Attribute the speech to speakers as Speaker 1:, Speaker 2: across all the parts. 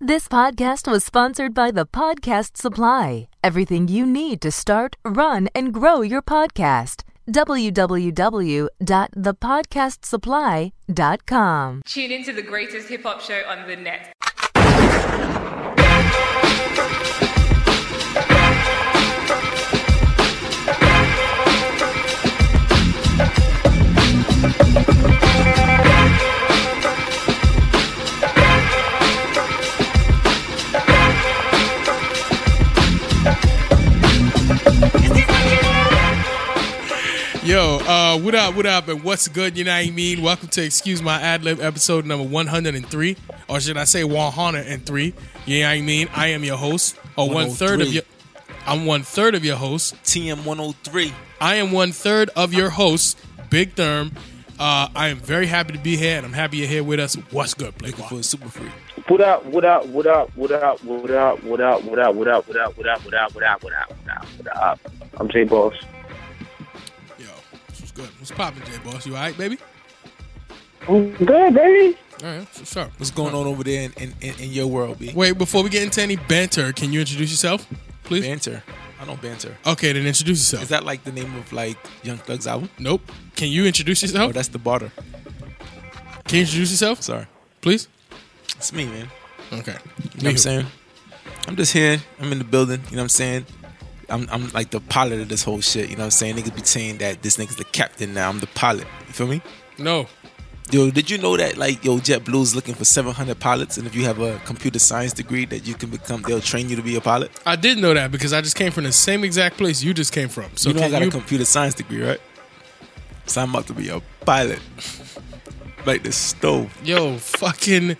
Speaker 1: This podcast was sponsored by The Podcast Supply. Everything you need to start, run, and grow your podcast. www.thepodcastsupply.com.
Speaker 2: Tune into the greatest hip hop show on the net.
Speaker 3: Yo, uh, what up, what up, and what's good, you know what I mean? Welcome to Excuse My Ad Lib episode number 103, or should I say 103, you know what I mean? I am your host, or one third of
Speaker 4: 103.
Speaker 3: your, I'm one third of your host.
Speaker 4: TM 103.
Speaker 3: I am one third of your host, Big Therm. Uh, I am very happy to be here, and I'm happy you're here with us. What's good, Blake?
Speaker 4: Looking for a super freak.
Speaker 5: What up, what up, what up, what up, what up, what up, what up, what up, what up, what up, what up, what up, what up, what up, what up. I'm J Boss.
Speaker 3: Yo, what's good? What's poppin', J Boss? You all right, baby?
Speaker 5: Good, baby.
Speaker 3: All right, for sure.
Speaker 4: What's going on over there in, in, in, in your world, B?
Speaker 3: Wait, before we get into any banter, can you introduce yourself, please?
Speaker 4: Banter. I don't banter.
Speaker 3: okay, then introduce yourself.
Speaker 4: Is that like the name of like Young Thug's album?
Speaker 3: nope. Can you introduce
Speaker 4: Oh,
Speaker 3: yourself?
Speaker 4: that's the barter.
Speaker 3: Can you introduce yourself,
Speaker 4: Sorry.
Speaker 3: please?
Speaker 4: It's me, man.
Speaker 3: Okay.
Speaker 4: You know what I'm saying? I'm just here. I'm in the building. You know what I'm saying? I'm, I'm like the pilot of this whole shit. You know what I'm saying? Niggas be saying that this nigga's the captain now. I'm the pilot. You feel me?
Speaker 3: No.
Speaker 4: Yo, did you know that like yo JetBlue's looking for 700 pilots, and if you have a computer science degree, that you can become, they'll train you to be a pilot.
Speaker 3: I did know that because I just came from the same exact place you just came from. So
Speaker 4: you know I
Speaker 3: can
Speaker 4: got
Speaker 3: you,
Speaker 4: a computer science degree, right? So I'm about to be a pilot. like the stove.
Speaker 3: yo, fucking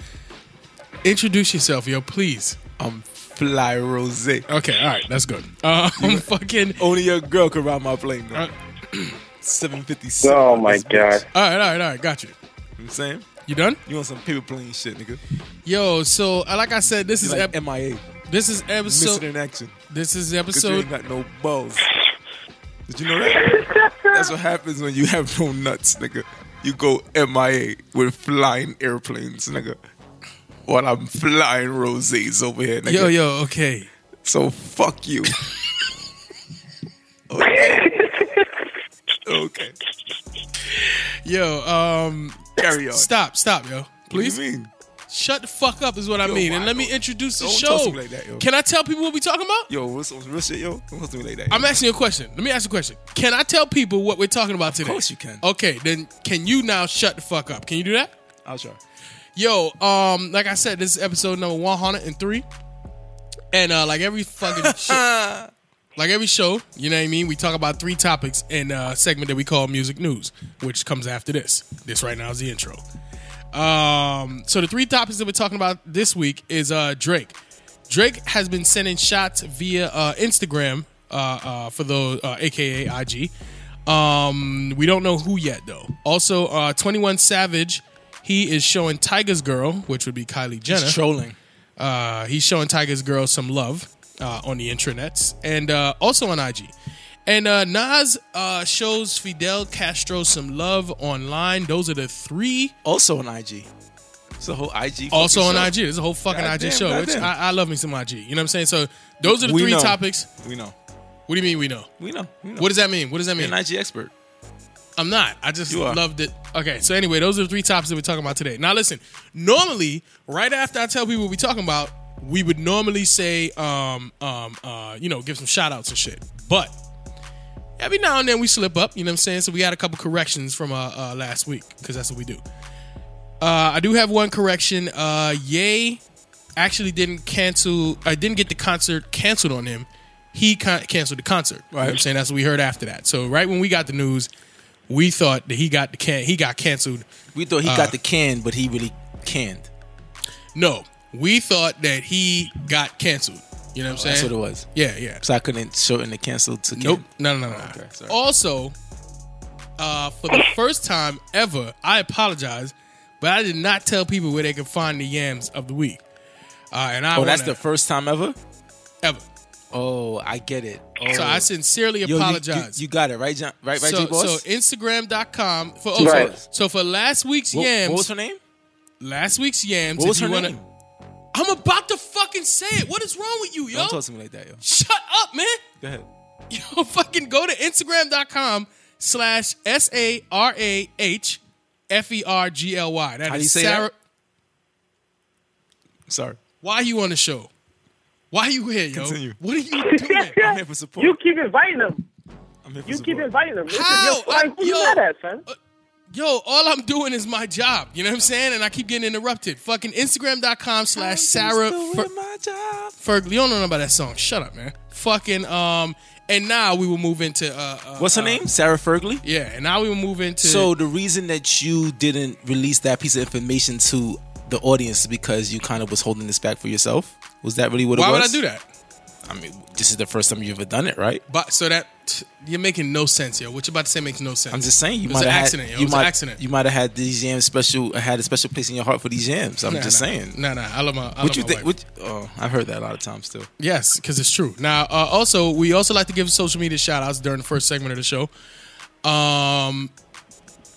Speaker 3: introduce yourself, yo, please.
Speaker 4: I'm fly rose.
Speaker 3: Okay, all right, that's good. Uh, I'm fucking.
Speaker 4: Only a girl could ride my plane
Speaker 3: Uh,
Speaker 4: though. 756.
Speaker 5: Oh
Speaker 4: on
Speaker 5: my
Speaker 4: this bitch.
Speaker 5: god.
Speaker 3: all right, all right, all right, got you.
Speaker 4: You know what I'm saying?
Speaker 3: You done?
Speaker 4: You want some paper plane shit, nigga.
Speaker 3: Yo, so uh, like I said, this
Speaker 4: You
Speaker 3: is
Speaker 4: like
Speaker 3: ep-
Speaker 4: MIA.
Speaker 3: this is
Speaker 4: Missing
Speaker 3: episode
Speaker 4: in action.
Speaker 3: this is
Speaker 4: Cause you ain't
Speaker 3: episode
Speaker 4: got no balls. Did you know that? That's what happens when you have no nuts, nigga. You go MIA with flying airplanes, nigga. While I'm flying rosés over here, nigga.
Speaker 3: yo yo okay
Speaker 4: So fuck you. okay. okay.
Speaker 3: yo um
Speaker 4: Carry on.
Speaker 3: stop stop yo please
Speaker 4: What do you mean?
Speaker 3: shut the fuck up is what I
Speaker 4: Yo,
Speaker 3: mean and
Speaker 4: why
Speaker 3: let me
Speaker 4: don't-
Speaker 3: introduce the
Speaker 4: don't
Speaker 3: show.
Speaker 4: talk to me like that, yo.
Speaker 3: Can I tell people what we talking about?
Speaker 4: Yo, what's some real shit, yo? Don't talk to me like that. yo.
Speaker 3: I'm asking you a question. Let me ask you a question. Can I tell people what we're talking about today?
Speaker 4: course you can.
Speaker 3: Okay, then can you now shut the fuck up? Can you do that?
Speaker 4: I'll try.
Speaker 3: Yo, um, like I said, this is episode number 103. And uh like every fucking show, like every show, you know what I mean? We talk about three topics in a segment that we call music news, which comes after this. This right now is the intro. Um, so the three topics that we're talking about this week is uh Drake. Drake has been sending shots via uh, Instagram, uh, uh, for those uh, AKA IG. Um, we don't know who yet though. Also, uh, Twenty One Savage, he is showing Tiger's girl, which would be Kylie Jenner.
Speaker 4: trolling.
Speaker 3: Uh, he's showing Tiger's girl some love uh, on the intranets and uh, also on IG. And uh, Nas uh, shows Fidel Castro some love online. Those are the three
Speaker 4: Also on IG. It's a whole IG.
Speaker 3: also
Speaker 4: fucking
Speaker 3: on
Speaker 4: show.
Speaker 3: IG. There's a whole fucking
Speaker 4: Goddamn,
Speaker 3: IG show. Which
Speaker 4: goddamn.
Speaker 3: I, I love me some IG. You know what I'm saying? So those are the
Speaker 4: We
Speaker 3: three
Speaker 4: know.
Speaker 3: topics.
Speaker 4: We know.
Speaker 3: What do you mean we know?
Speaker 4: We know. We know.
Speaker 3: What does that mean? What does that
Speaker 4: You're
Speaker 3: mean?
Speaker 4: an IG expert.
Speaker 3: I'm not. I just
Speaker 4: You are.
Speaker 3: loved it. Okay, so anyway, those are the three topics that we're talking about today. Now, listen, normally, right after I tell people what we're talking about, we would normally say, um, um, uh, you know, give some shout outs and shit. But every now and then we slip up, you know what I'm saying? So we had a couple corrections from uh, uh, last week because that's what we do. Uh, I do have one correction. Uh, Ye actually didn't cancel, I didn't get the concert canceled on him. He con- canceled the concert. You know what I'm
Speaker 4: Right.
Speaker 3: saying that's what we heard after that. So right when we got the news, we thought that he got the can he got canceled.
Speaker 4: We thought he
Speaker 3: Uh.
Speaker 4: got the can, but he really canned.
Speaker 3: No, we thought that he got canceled. You know what I'm saying?
Speaker 4: Oh, That's what it was.
Speaker 3: Yeah, yeah.
Speaker 4: So I couldn't shorten the cancel to can.
Speaker 3: Nope. No, no, no, no.
Speaker 4: Okay, sorry.
Speaker 3: also, uh, for the first time ever, I apologize, but I did not tell people where they could find the yams of the week. Uh, and I
Speaker 4: Oh, that's the
Speaker 3: wanna-
Speaker 4: first time ever?
Speaker 3: ever.
Speaker 4: Oh, I get it. Oh.
Speaker 3: So I sincerely
Speaker 4: Yo, you-
Speaker 3: apologize.
Speaker 4: You, you got it, right, John? Right, right,
Speaker 3: so,
Speaker 4: G boss?
Speaker 3: so Instagram.com for oh,
Speaker 5: Right.
Speaker 3: so, so for last week's
Speaker 4: What-
Speaker 3: yams.
Speaker 4: What was her name?
Speaker 3: Last week's yams.
Speaker 4: What
Speaker 3: if
Speaker 4: was
Speaker 3: you
Speaker 4: her
Speaker 3: wanna,
Speaker 4: name?
Speaker 3: I'm about to fucking say it. What is wrong with you, yo?
Speaker 6: Don't talk to me like that, yo.
Speaker 3: Shut up, man.
Speaker 6: Go ahead.
Speaker 3: Yo, fucking go to Instagram.com slash S A R A H F E R G L Y. That
Speaker 6: How do
Speaker 3: is
Speaker 6: you say
Speaker 3: Sarah.
Speaker 6: that? Sorry.
Speaker 3: Why you on the show? Why you here, yo?
Speaker 6: Continue.
Speaker 3: What are you doing?
Speaker 6: I'm here for support.
Speaker 5: You keep inviting them.
Speaker 6: I'm here for
Speaker 5: You
Speaker 6: support.
Speaker 5: keep inviting them. Listen,
Speaker 3: How?
Speaker 5: Yo, Frank,
Speaker 3: I-
Speaker 5: who you
Speaker 3: yo.
Speaker 5: mad at, son?
Speaker 3: yo, all I'm doing is my job. You know what I'm saying? And I keep getting interrupted. Fucking Instagram.com slash Uh, Sarah.
Speaker 6: Doing
Speaker 3: Fer-
Speaker 6: my job.
Speaker 3: Ferg, you don't know about that song. Shut up, man. Fucking um, and now we will move into uh, uh
Speaker 6: What's her
Speaker 3: uh,
Speaker 6: name? Sarah Fergley.
Speaker 3: Yeah, and now we will move into
Speaker 6: So the reason that you didn't release that piece of information to the audience is because you kind of was holding this back for yourself. Was that really what
Speaker 3: why
Speaker 6: it was?
Speaker 3: would I do that?
Speaker 6: I mean, this is the first time you've ever done it, right?
Speaker 3: But so that you're making no sense, yo. What you're about to say makes no sense.
Speaker 6: I'm just saying you
Speaker 3: It was
Speaker 6: might
Speaker 3: an
Speaker 6: have
Speaker 3: accident,
Speaker 6: Had,
Speaker 3: yo.
Speaker 6: you
Speaker 3: It was an
Speaker 6: might,
Speaker 3: accident.
Speaker 6: You might have had these jams special. Had a special place in your heart for these jams. I'm just saying.
Speaker 3: Nah, nah. I love my. I
Speaker 6: What
Speaker 3: love
Speaker 6: you
Speaker 3: my
Speaker 6: think?
Speaker 3: wife.
Speaker 6: What, oh, I've heard that a lot of times still.
Speaker 3: Yes, because it's true. Now, uh, also, we also like to give social media shout outs during the first segment of the show. Um,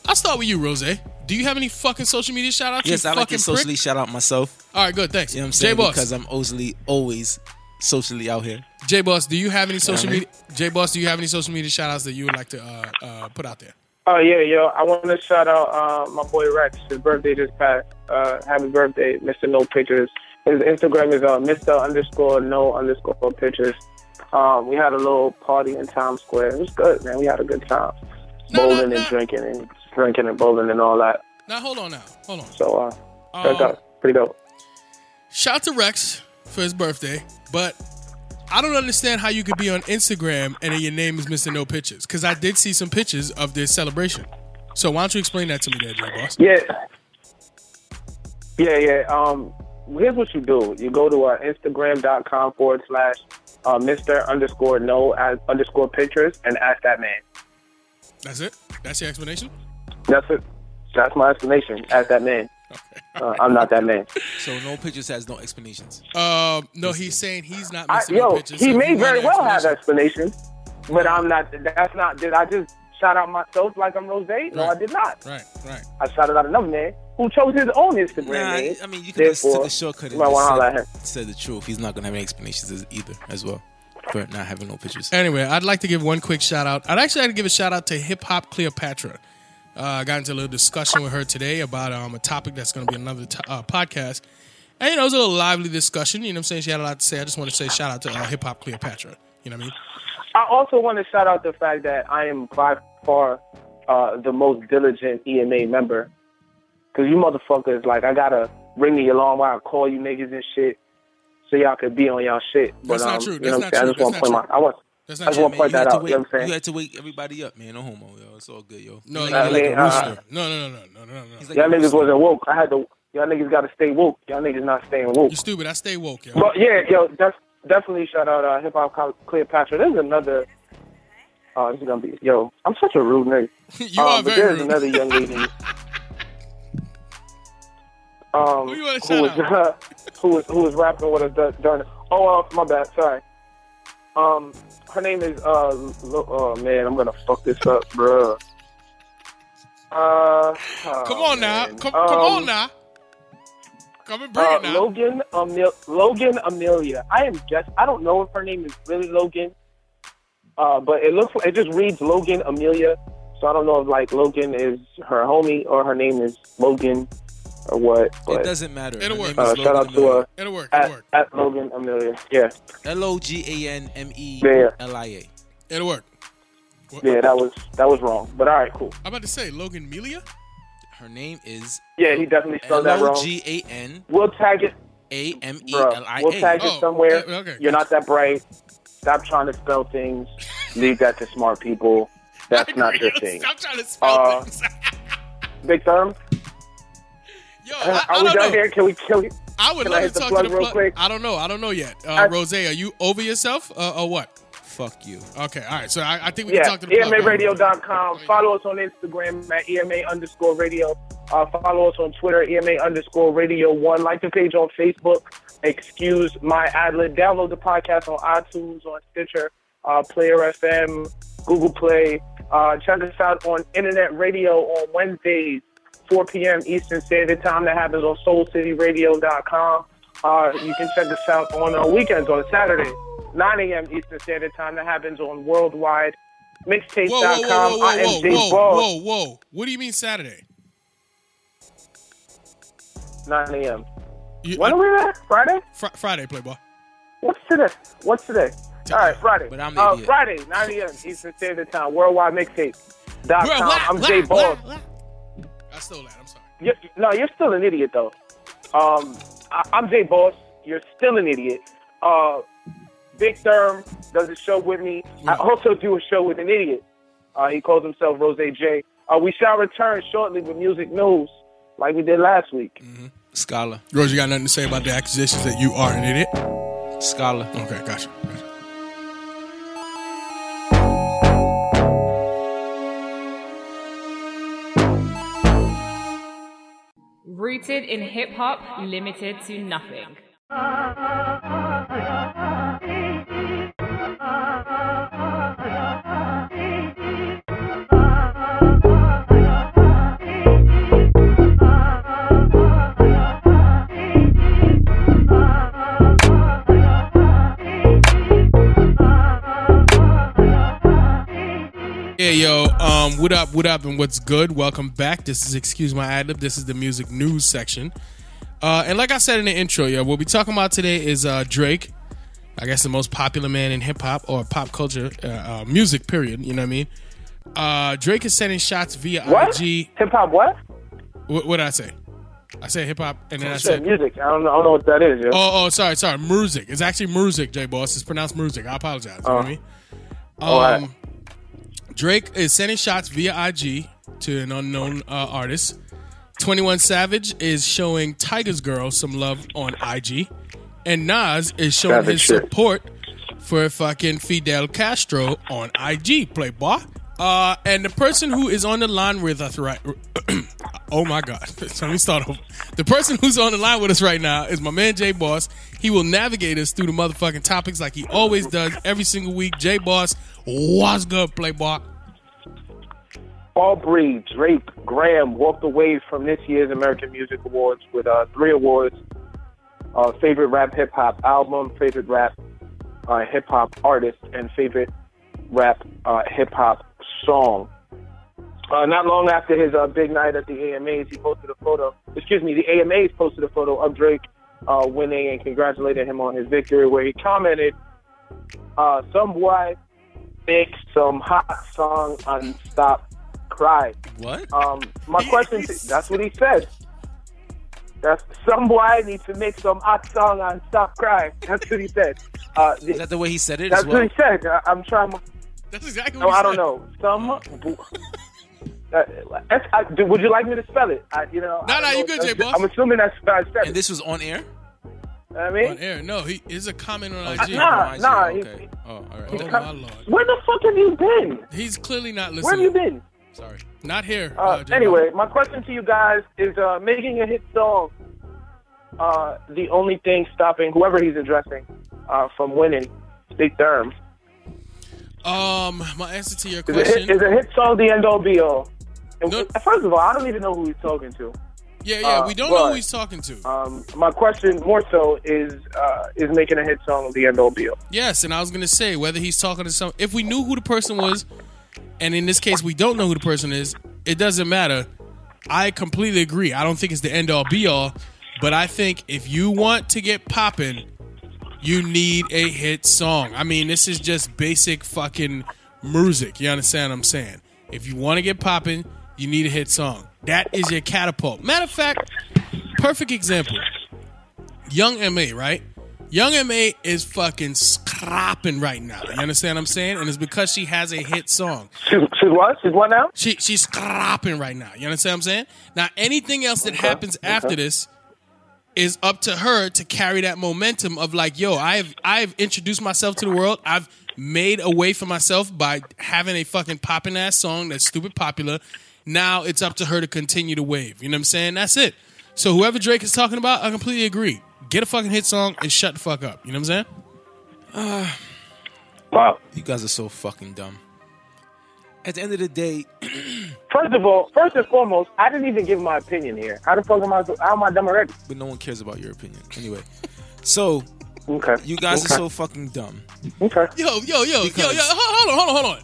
Speaker 3: I'll start with you, Rose. Do you have any fucking social media shout outs?
Speaker 6: Yes,
Speaker 3: you
Speaker 6: I like to
Speaker 3: fucking
Speaker 6: socially
Speaker 3: prick?
Speaker 6: shout out myself.
Speaker 3: All right, good. Thanks.
Speaker 6: You know what I'm
Speaker 3: J
Speaker 6: saying? Because
Speaker 3: Boss.
Speaker 6: I'm always, always socially out here.
Speaker 3: J Boss, do you have any social
Speaker 6: I mean-
Speaker 3: media? J Boss, do you have any social media shout outs that you would like to uh, uh, put out there?
Speaker 5: Oh yeah, yo! I want to shout out uh, my boy Rex. His birthday just passed. Uh, happy birthday, Mr. No Pictures. His Instagram is uh, Mr. Underscore No Underscore Pictures. Um, we had a little party in Times Square. It was good, man. We had a good time,
Speaker 3: No, no,
Speaker 5: bowling
Speaker 3: no.
Speaker 5: and drinking and drinking and bowling and all that.
Speaker 3: Now, hold on now. Hold on.
Speaker 5: So uh, that
Speaker 3: Um,
Speaker 5: got pretty dope.
Speaker 3: Shout out to Rex for his birthday, but I don't understand how you could be on Instagram and then your name is missing no pictures. Because I did see some pictures of this celebration. So why don't you explain that to me, there, J Boss?
Speaker 5: Yeah. Yeah, yeah. Um, here's what you do. You go to uh, Instagram.com forward slash uh, Mr. underscore no as underscore pictures and ask that man.
Speaker 3: That's it. That's your explanation.
Speaker 5: That's it. That's my explanation. Ask that man. Uh, I'm not that man.
Speaker 6: So no pictures has no explanations.
Speaker 3: Um, no, he's saying he's not
Speaker 5: I,
Speaker 3: missing no
Speaker 5: yo,
Speaker 3: pictures.
Speaker 5: he
Speaker 3: so if
Speaker 5: may
Speaker 3: you want
Speaker 5: very
Speaker 3: an
Speaker 5: well have
Speaker 3: explanation-
Speaker 5: explanations, but I'm not. That's not. Did I just shout out myself like I'm Rose? No, I
Speaker 3: Right.
Speaker 5: did not.
Speaker 3: Right, right.
Speaker 5: I shouted out another man who chose his own Instagram
Speaker 6: Nah,
Speaker 5: name.
Speaker 6: I mean you could just
Speaker 5: Therefore,
Speaker 6: take a shortcut
Speaker 5: You
Speaker 6: and
Speaker 5: might want to holler at him.
Speaker 6: just said, said the truth. He's not gonna have any explanations as- either, as well, for not having no pictures.
Speaker 3: Anyway, I'd like to give one quick shout out. I'd actually like to give a shout out to Hip Hop Cleopatra. Uh, I got into a little discussion with her today about um, a topic that's going to be another t- uh, podcast. And, you know, it was a little lively discussion. You know what I'm saying? She had a lot to say. I just want to say shout out to uh, Hip Hop Cleopatra. You know what I mean?
Speaker 5: I also want to shout out the fact that I am by far uh, the most diligent EMA member. Because you motherfuckers, like, I got to ring the alarm while I call you niggas and shit so y'all could be on y'all shit. But,
Speaker 3: That's not
Speaker 5: um,
Speaker 3: true.
Speaker 5: You
Speaker 3: That's
Speaker 5: know what
Speaker 3: not
Speaker 5: I'm saying? I
Speaker 3: true.
Speaker 5: just want to
Speaker 3: That's
Speaker 5: point
Speaker 3: not
Speaker 5: my. I want,
Speaker 3: That's
Speaker 5: I
Speaker 3: not
Speaker 5: just
Speaker 3: true,
Speaker 5: want
Speaker 3: man.
Speaker 5: to
Speaker 3: You
Speaker 5: point
Speaker 6: You had,
Speaker 5: that
Speaker 6: to
Speaker 5: out. You
Speaker 6: wake,
Speaker 5: know what I'm
Speaker 6: you
Speaker 5: saying?
Speaker 6: had to wake everybody up, man. No homo, yo. It's all good, yo.
Speaker 3: No,
Speaker 6: He's like,
Speaker 3: no, no,
Speaker 6: he's like a
Speaker 5: uh,
Speaker 6: rooster.
Speaker 3: No, no, no, no, no, no, no.
Speaker 6: He's like
Speaker 5: Y'all
Speaker 6: a
Speaker 5: niggas
Speaker 6: rooster.
Speaker 5: wasn't woke. I had to. Y'all niggas got to stay woke. Y'all niggas not staying woke.
Speaker 3: You stupid. I stay woke, yo.
Speaker 5: But yeah, yo, def- definitely shout out uh, Hip Hop Col- Cleopatra. There's another. Oh, this is gonna be yo. I'm such a rude nigga.
Speaker 3: you
Speaker 5: um,
Speaker 3: are
Speaker 5: but
Speaker 3: very
Speaker 5: there's
Speaker 3: rude.
Speaker 5: another young lady. um,
Speaker 3: Who you wanna
Speaker 5: who
Speaker 3: shout
Speaker 5: was uh, who was who was rapping with us dur- during? Oh, uh, my bad. Sorry. Um, her name is uh. Lo- oh man, I'm gonna fuck this up, bruh. Uh, Um,
Speaker 3: Come on now. Come, come on now. Come and bring
Speaker 5: uh,
Speaker 3: it now.
Speaker 5: Logan, Amel- Logan Amelia. I am just. I don't know if her name is really Logan, uh, but it looks. It just reads Logan Amelia. So I don't know if like Logan is her homie or her name is Logan or what.
Speaker 6: It
Speaker 5: But
Speaker 6: doesn't matter.
Speaker 3: It'll
Speaker 6: Her
Speaker 3: work.
Speaker 6: name is
Speaker 5: uh, shout
Speaker 6: Logan
Speaker 5: out to
Speaker 6: Amelia.
Speaker 5: uh,
Speaker 3: It'll work. It'll
Speaker 5: at,
Speaker 3: work.
Speaker 5: at Logan Amelia. Yeah,
Speaker 6: L O G A N M E
Speaker 5: Yeah.
Speaker 6: L I A.
Speaker 3: It'll work.
Speaker 5: yeah. That was that was wrong. But all right, cool.
Speaker 3: I'm about to say Logan Melia.
Speaker 6: Her name is
Speaker 5: Yeah, he definitely spelled
Speaker 6: L
Speaker 5: that
Speaker 6: O
Speaker 5: wrong.
Speaker 6: G A N
Speaker 5: We'll tag it,
Speaker 6: A M E
Speaker 5: bro.
Speaker 6: L I
Speaker 5: We'll tag
Speaker 6: A.
Speaker 5: it
Speaker 3: Oh,
Speaker 5: somewhere.
Speaker 3: yeah, okay.
Speaker 5: You're not that bright. Stop trying to spell things. Leave that to smart people. That's not your thing.
Speaker 3: I'm trying to spell
Speaker 5: Uh,
Speaker 3: things.
Speaker 5: Big Thumb,
Speaker 3: Yo,
Speaker 5: are
Speaker 3: I, I don't
Speaker 5: we
Speaker 3: know.
Speaker 5: done here? Can we kill you?
Speaker 3: I would
Speaker 5: Can
Speaker 3: love
Speaker 5: I
Speaker 3: to
Speaker 5: hit the
Speaker 3: talk
Speaker 5: plug
Speaker 3: to the
Speaker 5: real
Speaker 3: plug.
Speaker 5: quick?
Speaker 3: I don't know. I don't know yet. Uh,
Speaker 5: I-
Speaker 3: Rose, are you over yourself uh, or what?
Speaker 6: Fuck you.
Speaker 3: Okay, all right. So I, I think we can
Speaker 5: Yeah, E
Speaker 3: talk to the plug.
Speaker 5: EMARadio.com. Follow us on Instagram at EMA underscore radio. Uh, follow us on Twitter, EMA underscore radio one. Like the page on Facebook. Excuse my adlet. Download the podcast on iTunes, on Stitcher, uh, Player FM, Google Play. Uh, check us out on Internet Radio on Wednesdays, 4 p.m. Eastern Standard Time. That happens on SoulCityRadio.com. Uh, you can check us out on uh, weekends on Saturday, 9 a.m. Eastern Standard Time. That happens on worldwide mixtape.com.
Speaker 3: Whoa, whoa, whoa,
Speaker 5: I
Speaker 3: whoa,
Speaker 5: am
Speaker 3: whoa,
Speaker 5: Jay
Speaker 3: whoa,
Speaker 5: Ball.
Speaker 3: whoa, whoa. What do you mean Saturday?
Speaker 5: 9 a.m.
Speaker 3: You-
Speaker 5: When are we there? Friday?
Speaker 3: Fri- Friday, Playboy.
Speaker 5: What's today? What's today? All right, Friday.
Speaker 4: But I'm the
Speaker 5: uh,
Speaker 4: idiot.
Speaker 5: Friday, 9 a.m. Eastern Standard Time. Worldwide mixtape.com.
Speaker 3: Bruh, wah,
Speaker 5: I'm
Speaker 3: wah,
Speaker 5: Jay
Speaker 3: wah,
Speaker 5: Ball.
Speaker 3: wah. I stole that. I'm sorry.
Speaker 5: You're, no, you're still an idiot though. Um, I, I'm Jay Boss. You're still an idiot. Uh, Big Therm does a show with me. I
Speaker 3: Yeah.
Speaker 5: also do a show with an idiot. Uh, he calls himself Rose J. Uh, we shall return shortly with music news, like we did last week.
Speaker 4: Scholar.
Speaker 3: Rose, you got nothing to say about the accusations that you are an idiot?
Speaker 4: Scholar.
Speaker 3: Okay, gotcha. gotcha.
Speaker 2: Rooted in hip hop, limited to nothing.
Speaker 3: Yeah, yo, um, what up, what up, and what's good? Welcome back. This is Excuse My Ad Lib. This is the music news section. Uh, and like I said in the intro, yo, what we're talking about today is uh, Drake. I guess the most popular man in hip hop or pop culture, uh, uh, music, period. You know what I mean? Uh, Drake is sending shots via
Speaker 5: What?
Speaker 3: IG.
Speaker 5: Hip hop? What?
Speaker 3: What, what did I say? I said hip hop, and then I
Speaker 5: Shit,
Speaker 3: said
Speaker 5: music. I don't, know- I don't know what that is. Yo.
Speaker 3: Oh, oh, sorry, sorry. Music. It's actually music, J Boss. It's pronounced music. I apologize. You know what
Speaker 5: Oh.
Speaker 3: I mean? Um,
Speaker 5: alright.
Speaker 3: Drake is sending shots via IG to an unknown uh, artist. 21 Savage is showing Tiger's Girl some love on IG. And Nas is showing
Speaker 5: Savage
Speaker 3: his
Speaker 5: shit.
Speaker 3: support for fucking Fidel Castro on IG, Playboy. Uh, and the person who is on the line with us right, oh my god, let me start over. The person who's on the line with us right now is my man J Boss. He will navigate us through the motherfucking topics like he always does every single week. J Boss, what's good, Playboy?
Speaker 5: Paul Breed, Drake, Graham walked away from this year's American Music Awards with uh, three awards: uh, favorite rap hip hop album, favorite rap uh, hip hop artist, and favorite rap uh, hip hop song. Uh, not long after his uh, big night at the AMAs, he posted a photo. Excuse me, the AMAs posted a photo of Drake uh, winning and congratulated him on his victory, where he commented, uh, "Somewhat big, some hot song, unstop cry."
Speaker 3: What?
Speaker 5: Um, my question to, that's what he said. That's some boy needs to make some hot song and stop crying. That's what he said. Uh, th-
Speaker 4: Is that the way he said it
Speaker 5: that's
Speaker 4: as well?
Speaker 5: what he said. I, I'm trying. to-
Speaker 3: That's exactly
Speaker 5: No,
Speaker 3: what he
Speaker 5: I don't
Speaker 3: said.
Speaker 5: know. Some. bo- Uh, that's, I, do- would you like me to spell it? I, you know.
Speaker 3: No,
Speaker 5: I don't
Speaker 3: no, you
Speaker 5: know.
Speaker 3: good, Jay
Speaker 5: That's-
Speaker 3: Boss.
Speaker 5: I'm assuming that's how I said
Speaker 4: And
Speaker 5: it.
Speaker 4: this was on air?
Speaker 5: You know what I
Speaker 3: On
Speaker 5: mean,
Speaker 3: air. No, he is a comment on
Speaker 4: Oh,
Speaker 3: IG.
Speaker 5: nah,
Speaker 4: on IG,
Speaker 5: nah,
Speaker 4: Okay.
Speaker 5: he-
Speaker 4: Oh, all right.
Speaker 3: Oh my lord.
Speaker 5: where the fuck have you been?
Speaker 3: He's clearly not listening.
Speaker 5: Where have you been?
Speaker 4: Sorry.
Speaker 3: Not here.
Speaker 5: Uh,
Speaker 3: J-Boss.
Speaker 5: anyway, my question to you guys is: uh, making a hit song, uh, the only thing stopping whoever he's addressing uh, from winning, Big Therm.
Speaker 3: Um, my answer to your
Speaker 5: Is a, hit,
Speaker 3: question.
Speaker 5: is a hit song the end all be all? And
Speaker 3: No.
Speaker 5: First of all, I don't even know who he's talking to.
Speaker 3: Yeah, yeah.
Speaker 5: uh,
Speaker 3: we don't know who
Speaker 5: but-
Speaker 3: he's talking to.
Speaker 5: Um, my question more so is: uh, is making a hit song the end all be all?
Speaker 3: Yes, and I was gonna say whether he's talking to some. If we knew who the person was, and in this case we don't know who the person is, it doesn't matter. I completely agree. I don't think it's the end all be all, but I think if you want to get poppin', you need a hit song. I mean, this is just basic fucking music. You understand what I'm saying? If you want to get poppin', you need a hit song. That is your catapult. Matter of fact, perfect example. Young MA, right? Young MA is fucking scrapping right now. You understand what I'm saying? And it's because she has a hit song.
Speaker 5: She's, she's what? She's what now?
Speaker 3: She she's scrapping right now. You understand what I'm saying? Now anything else that happens after this is up to her to carry that momentum of like, yo, I've I've introduced myself to the world. I've made a way for myself by having a fucking popping ass song that's stupid popular. Now it's up to her to continue the wave. You know what I'm saying? That's it. So whoever Drake is talking about, I completely agree. Get a fucking hit song and shut the fuck up. You know what I'm saying?
Speaker 5: Wow.
Speaker 4: You guys are so fucking dumb. at the end of the day,
Speaker 5: First of all, first and foremost, I didn't even give my opinion here. How the fuck am I? How am I dumb already?
Speaker 4: but no one cares about your opinion anyway. So
Speaker 5: Okay.
Speaker 4: you guys
Speaker 5: okay.
Speaker 4: are so fucking dumb.
Speaker 5: Okay.
Speaker 3: Yo, yo, yo, yo,
Speaker 4: Because-
Speaker 3: yo. Hold hold on, hold on, hold on.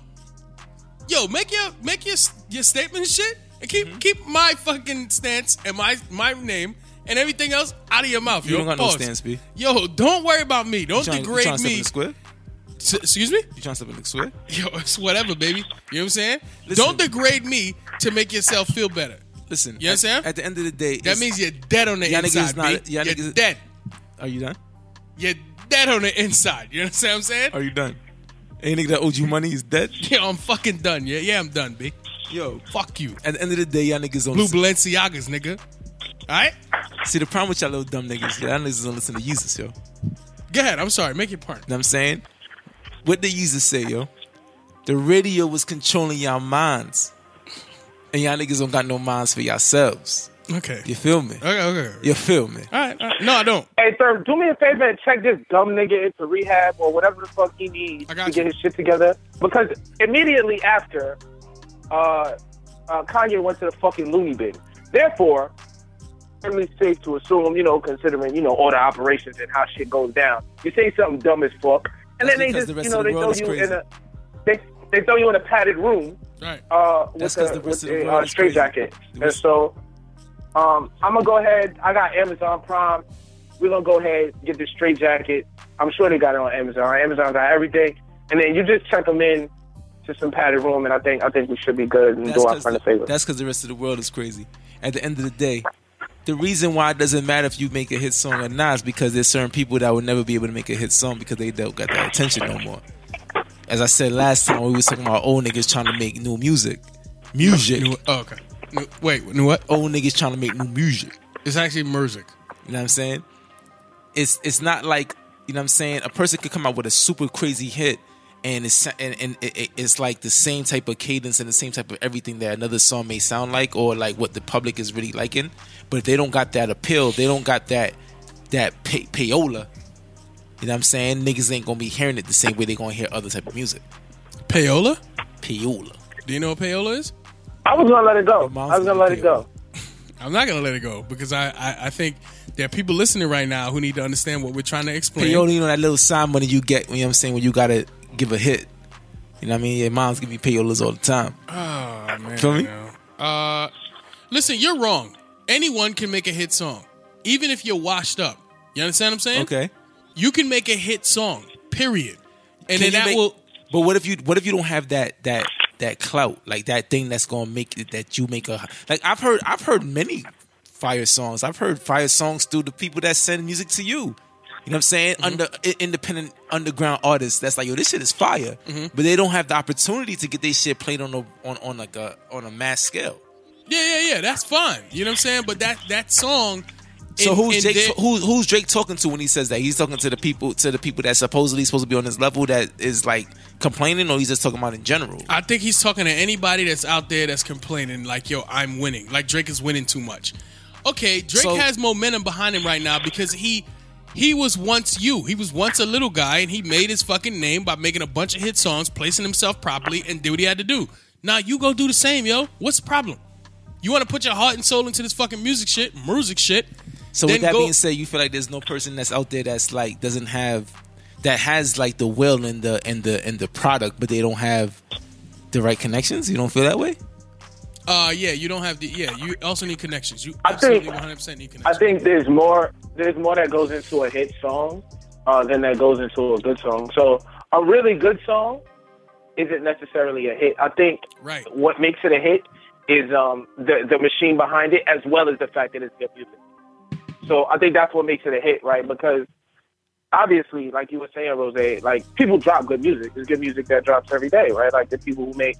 Speaker 3: Yo, make your make your your statement and shit, and keep
Speaker 4: Mm-hmm.
Speaker 3: keep my fucking stance and my my name and everything else out of your mouth.
Speaker 4: You
Speaker 3: yo.
Speaker 4: don't got no
Speaker 3: Pause.
Speaker 4: stance, B.
Speaker 3: Yo, don't worry about me. Don't
Speaker 4: Trying, you
Speaker 3: degrade
Speaker 4: trying to step in
Speaker 3: me.
Speaker 4: the square?
Speaker 3: S- excuse me.
Speaker 4: You trying to step in the square?
Speaker 3: Yo, it's whatever, baby. You know what I'm saying?
Speaker 4: Listen.
Speaker 3: Don't degrade me to make yourself feel better.
Speaker 4: Listen,
Speaker 3: You
Speaker 4: at,
Speaker 3: understand?
Speaker 4: at the end of the day,
Speaker 3: That
Speaker 4: it's-
Speaker 3: means you're dead on the
Speaker 4: Y'all niggas
Speaker 3: inside,
Speaker 4: not-
Speaker 3: B.
Speaker 4: y'all
Speaker 3: You're
Speaker 4: niggas-
Speaker 3: dead.
Speaker 4: Are you done?
Speaker 3: You're dead on the inside. You understand what I'm saying?
Speaker 4: Are you done? Any nigga that owed you money is dead.
Speaker 3: Yeah, I'm fucking done. Yeah, yeah, I'm done, B.
Speaker 4: Yo,
Speaker 3: Fuck you.
Speaker 4: at the end of the day, y'all niggas don't
Speaker 3: Blue
Speaker 4: listen.
Speaker 3: Balenciagas, nigga. All right?
Speaker 4: See the problem with y'all little dumb niggas, y'all niggas don't listen to Jesus, yo.
Speaker 3: Go ahead. I'm sorry. Make your part.
Speaker 4: know what I'm saying? What they used to say, yo. The radio was controlling y'all minds. And y'all niggas don't got no minds for yourselves.
Speaker 3: Okay.
Speaker 4: You feel me?
Speaker 3: Okay, okay.
Speaker 4: You feel me?
Speaker 3: All right, all right. No, I don't.
Speaker 5: Hey, sir, do me a favor and check this dumb nigga into rehab or whatever the fuck he needs
Speaker 3: I
Speaker 5: to
Speaker 3: got you.
Speaker 5: get his shit together. Because immediately after, uh, uh, Kanye went to the fucking loony bin. Therefore, certainly safe to assume, you know, considering you know all the operations and how shit goes down, you say something dumb as fuck, and
Speaker 4: That's
Speaker 5: then they
Speaker 4: because
Speaker 5: just
Speaker 4: the rest
Speaker 5: you
Speaker 4: of
Speaker 5: know
Speaker 4: the
Speaker 5: they
Speaker 4: world
Speaker 5: throw
Speaker 4: is
Speaker 5: you
Speaker 4: crazy.
Speaker 5: in a they they throw you in a padded room
Speaker 3: All right.
Speaker 5: uh, with
Speaker 4: That's
Speaker 5: the,
Speaker 4: 'cause the
Speaker 5: with
Speaker 4: rest of the
Speaker 5: the,
Speaker 4: world
Speaker 5: uh,
Speaker 4: is
Speaker 5: straight
Speaker 4: crazy.
Speaker 5: jacket.
Speaker 4: The
Speaker 5: And
Speaker 4: rest-
Speaker 5: so, um, I'm gonna go ahead. I got Amazon Prime. We're gonna go ahead get the straight jacket. I'm sure they got it on Amazon. Amazon got everything. And then you just check them in to some padded room, and I think I think we should be good and do our
Speaker 4: 'cause
Speaker 5: friend a
Speaker 4: the,
Speaker 5: favor.
Speaker 4: that's 'cause the rest of the world is crazy. At the end of the day, the reason why it doesn't matter if you make a hit song or not is because there's certain people that would never be able to make a hit song because they don't got that attention no more. As I said last time, we was talking about old niggas trying to make new music. Music.
Speaker 3: New, oh, okay. New, wait, new what?
Speaker 4: Old niggas trying to make new music.
Speaker 3: It's actually music.
Speaker 4: You know what I'm saying? It's it's not like you know what I'm saying. A person could come out with a super crazy hit, and it's and, and it, it- it's like the same type of cadence and the same type of everything that another song may sound like, or like what the public is really liking. But if they don't got that appeal, they don't got that that pay, payola. You know what I'm saying? Niggas ain't gonna be hearing it the same way they gonna hear other type of music.
Speaker 3: Payola?
Speaker 4: Payola.
Speaker 3: Do you know what payola is?
Speaker 5: I was gonna let it go.
Speaker 4: Your mom's
Speaker 5: I was gonna
Speaker 4: gonna
Speaker 5: let it
Speaker 4: kill you.
Speaker 5: go.
Speaker 3: I'm not going to let it go because I, I, I think there are people listening right now who need to understand what we're trying to explain.
Speaker 4: Payola, you know that little sign money you get. You know what I'm saying? When you gotta give a hit. You know what I mean? Your mom's giving you payolas all the time.
Speaker 3: Oh, man.
Speaker 4: Feel me?
Speaker 3: no. Uh, listen, you're wrong. Anyone can make a hit song, even if you're washed up. You understand what I'm saying?
Speaker 4: Okay.
Speaker 3: You can make a hit song, period. And
Speaker 4: Can
Speaker 3: then
Speaker 4: you
Speaker 3: that
Speaker 4: make-
Speaker 3: will.
Speaker 4: But what if you what if you don't have that that that clout like that thing that's gonna make it that you make a like I've heard I've heard many fire songs I've heard fire songs through the people that send music to you. You know what I'm saying?
Speaker 3: Mm-hmm.
Speaker 4: Under i- independent underground artists, that's like yo, this shit is fire,
Speaker 3: Mm-hmm.
Speaker 4: but they don't have the opportunity to get their shit played on a on, on like a on a mass scale.
Speaker 3: Yeah, yeah, yeah. That's fine. You know what I'm saying? But that that song.
Speaker 4: So
Speaker 3: in-
Speaker 4: who's
Speaker 3: in
Speaker 4: Drake?
Speaker 3: their-
Speaker 4: who, who's Drake talking to when he says that? He's talking to the people to the people that supposedly supposed to be on his level that is like complaining, or he's just talking about in general.
Speaker 3: I think he's talking to anybody that's out there that's complaining, like, yo, I'm winning. Like Drake is winning too much. Okay, Drake
Speaker 4: So-
Speaker 3: has momentum behind him right now because he he was once you. He was once a little guy and he made his fucking name by making a bunch of hit songs, placing himself properly, and did what he had to do. Now you go do the same, yo. What's the problem? You want to put your heart and soul into this fucking music shit, music shit.
Speaker 4: So
Speaker 3: then
Speaker 4: with that
Speaker 3: go-
Speaker 4: being said, you feel like there's no person that's out there that's like doesn't have that has like the will and the and the and the product, but they don't have the right connections. You don't feel that way?
Speaker 3: Uh, yeah, you don't have the yeah. You also need connections. You
Speaker 5: I
Speaker 3: absolutely
Speaker 5: think-
Speaker 3: 100 percent need connections.
Speaker 5: I think there's more. There's more that goes into a hit song uh, than that goes into a good song. So a really good song isn't necessarily a hit. I think
Speaker 3: Right.
Speaker 5: what makes it a hit is um, the the machine behind it, as well as the fact that it's good music. So I think that's what makes it a hit, right? Because obviously, like you were saying, Rose, like people drop good music. There's good music that drops every day, right? Like the people who make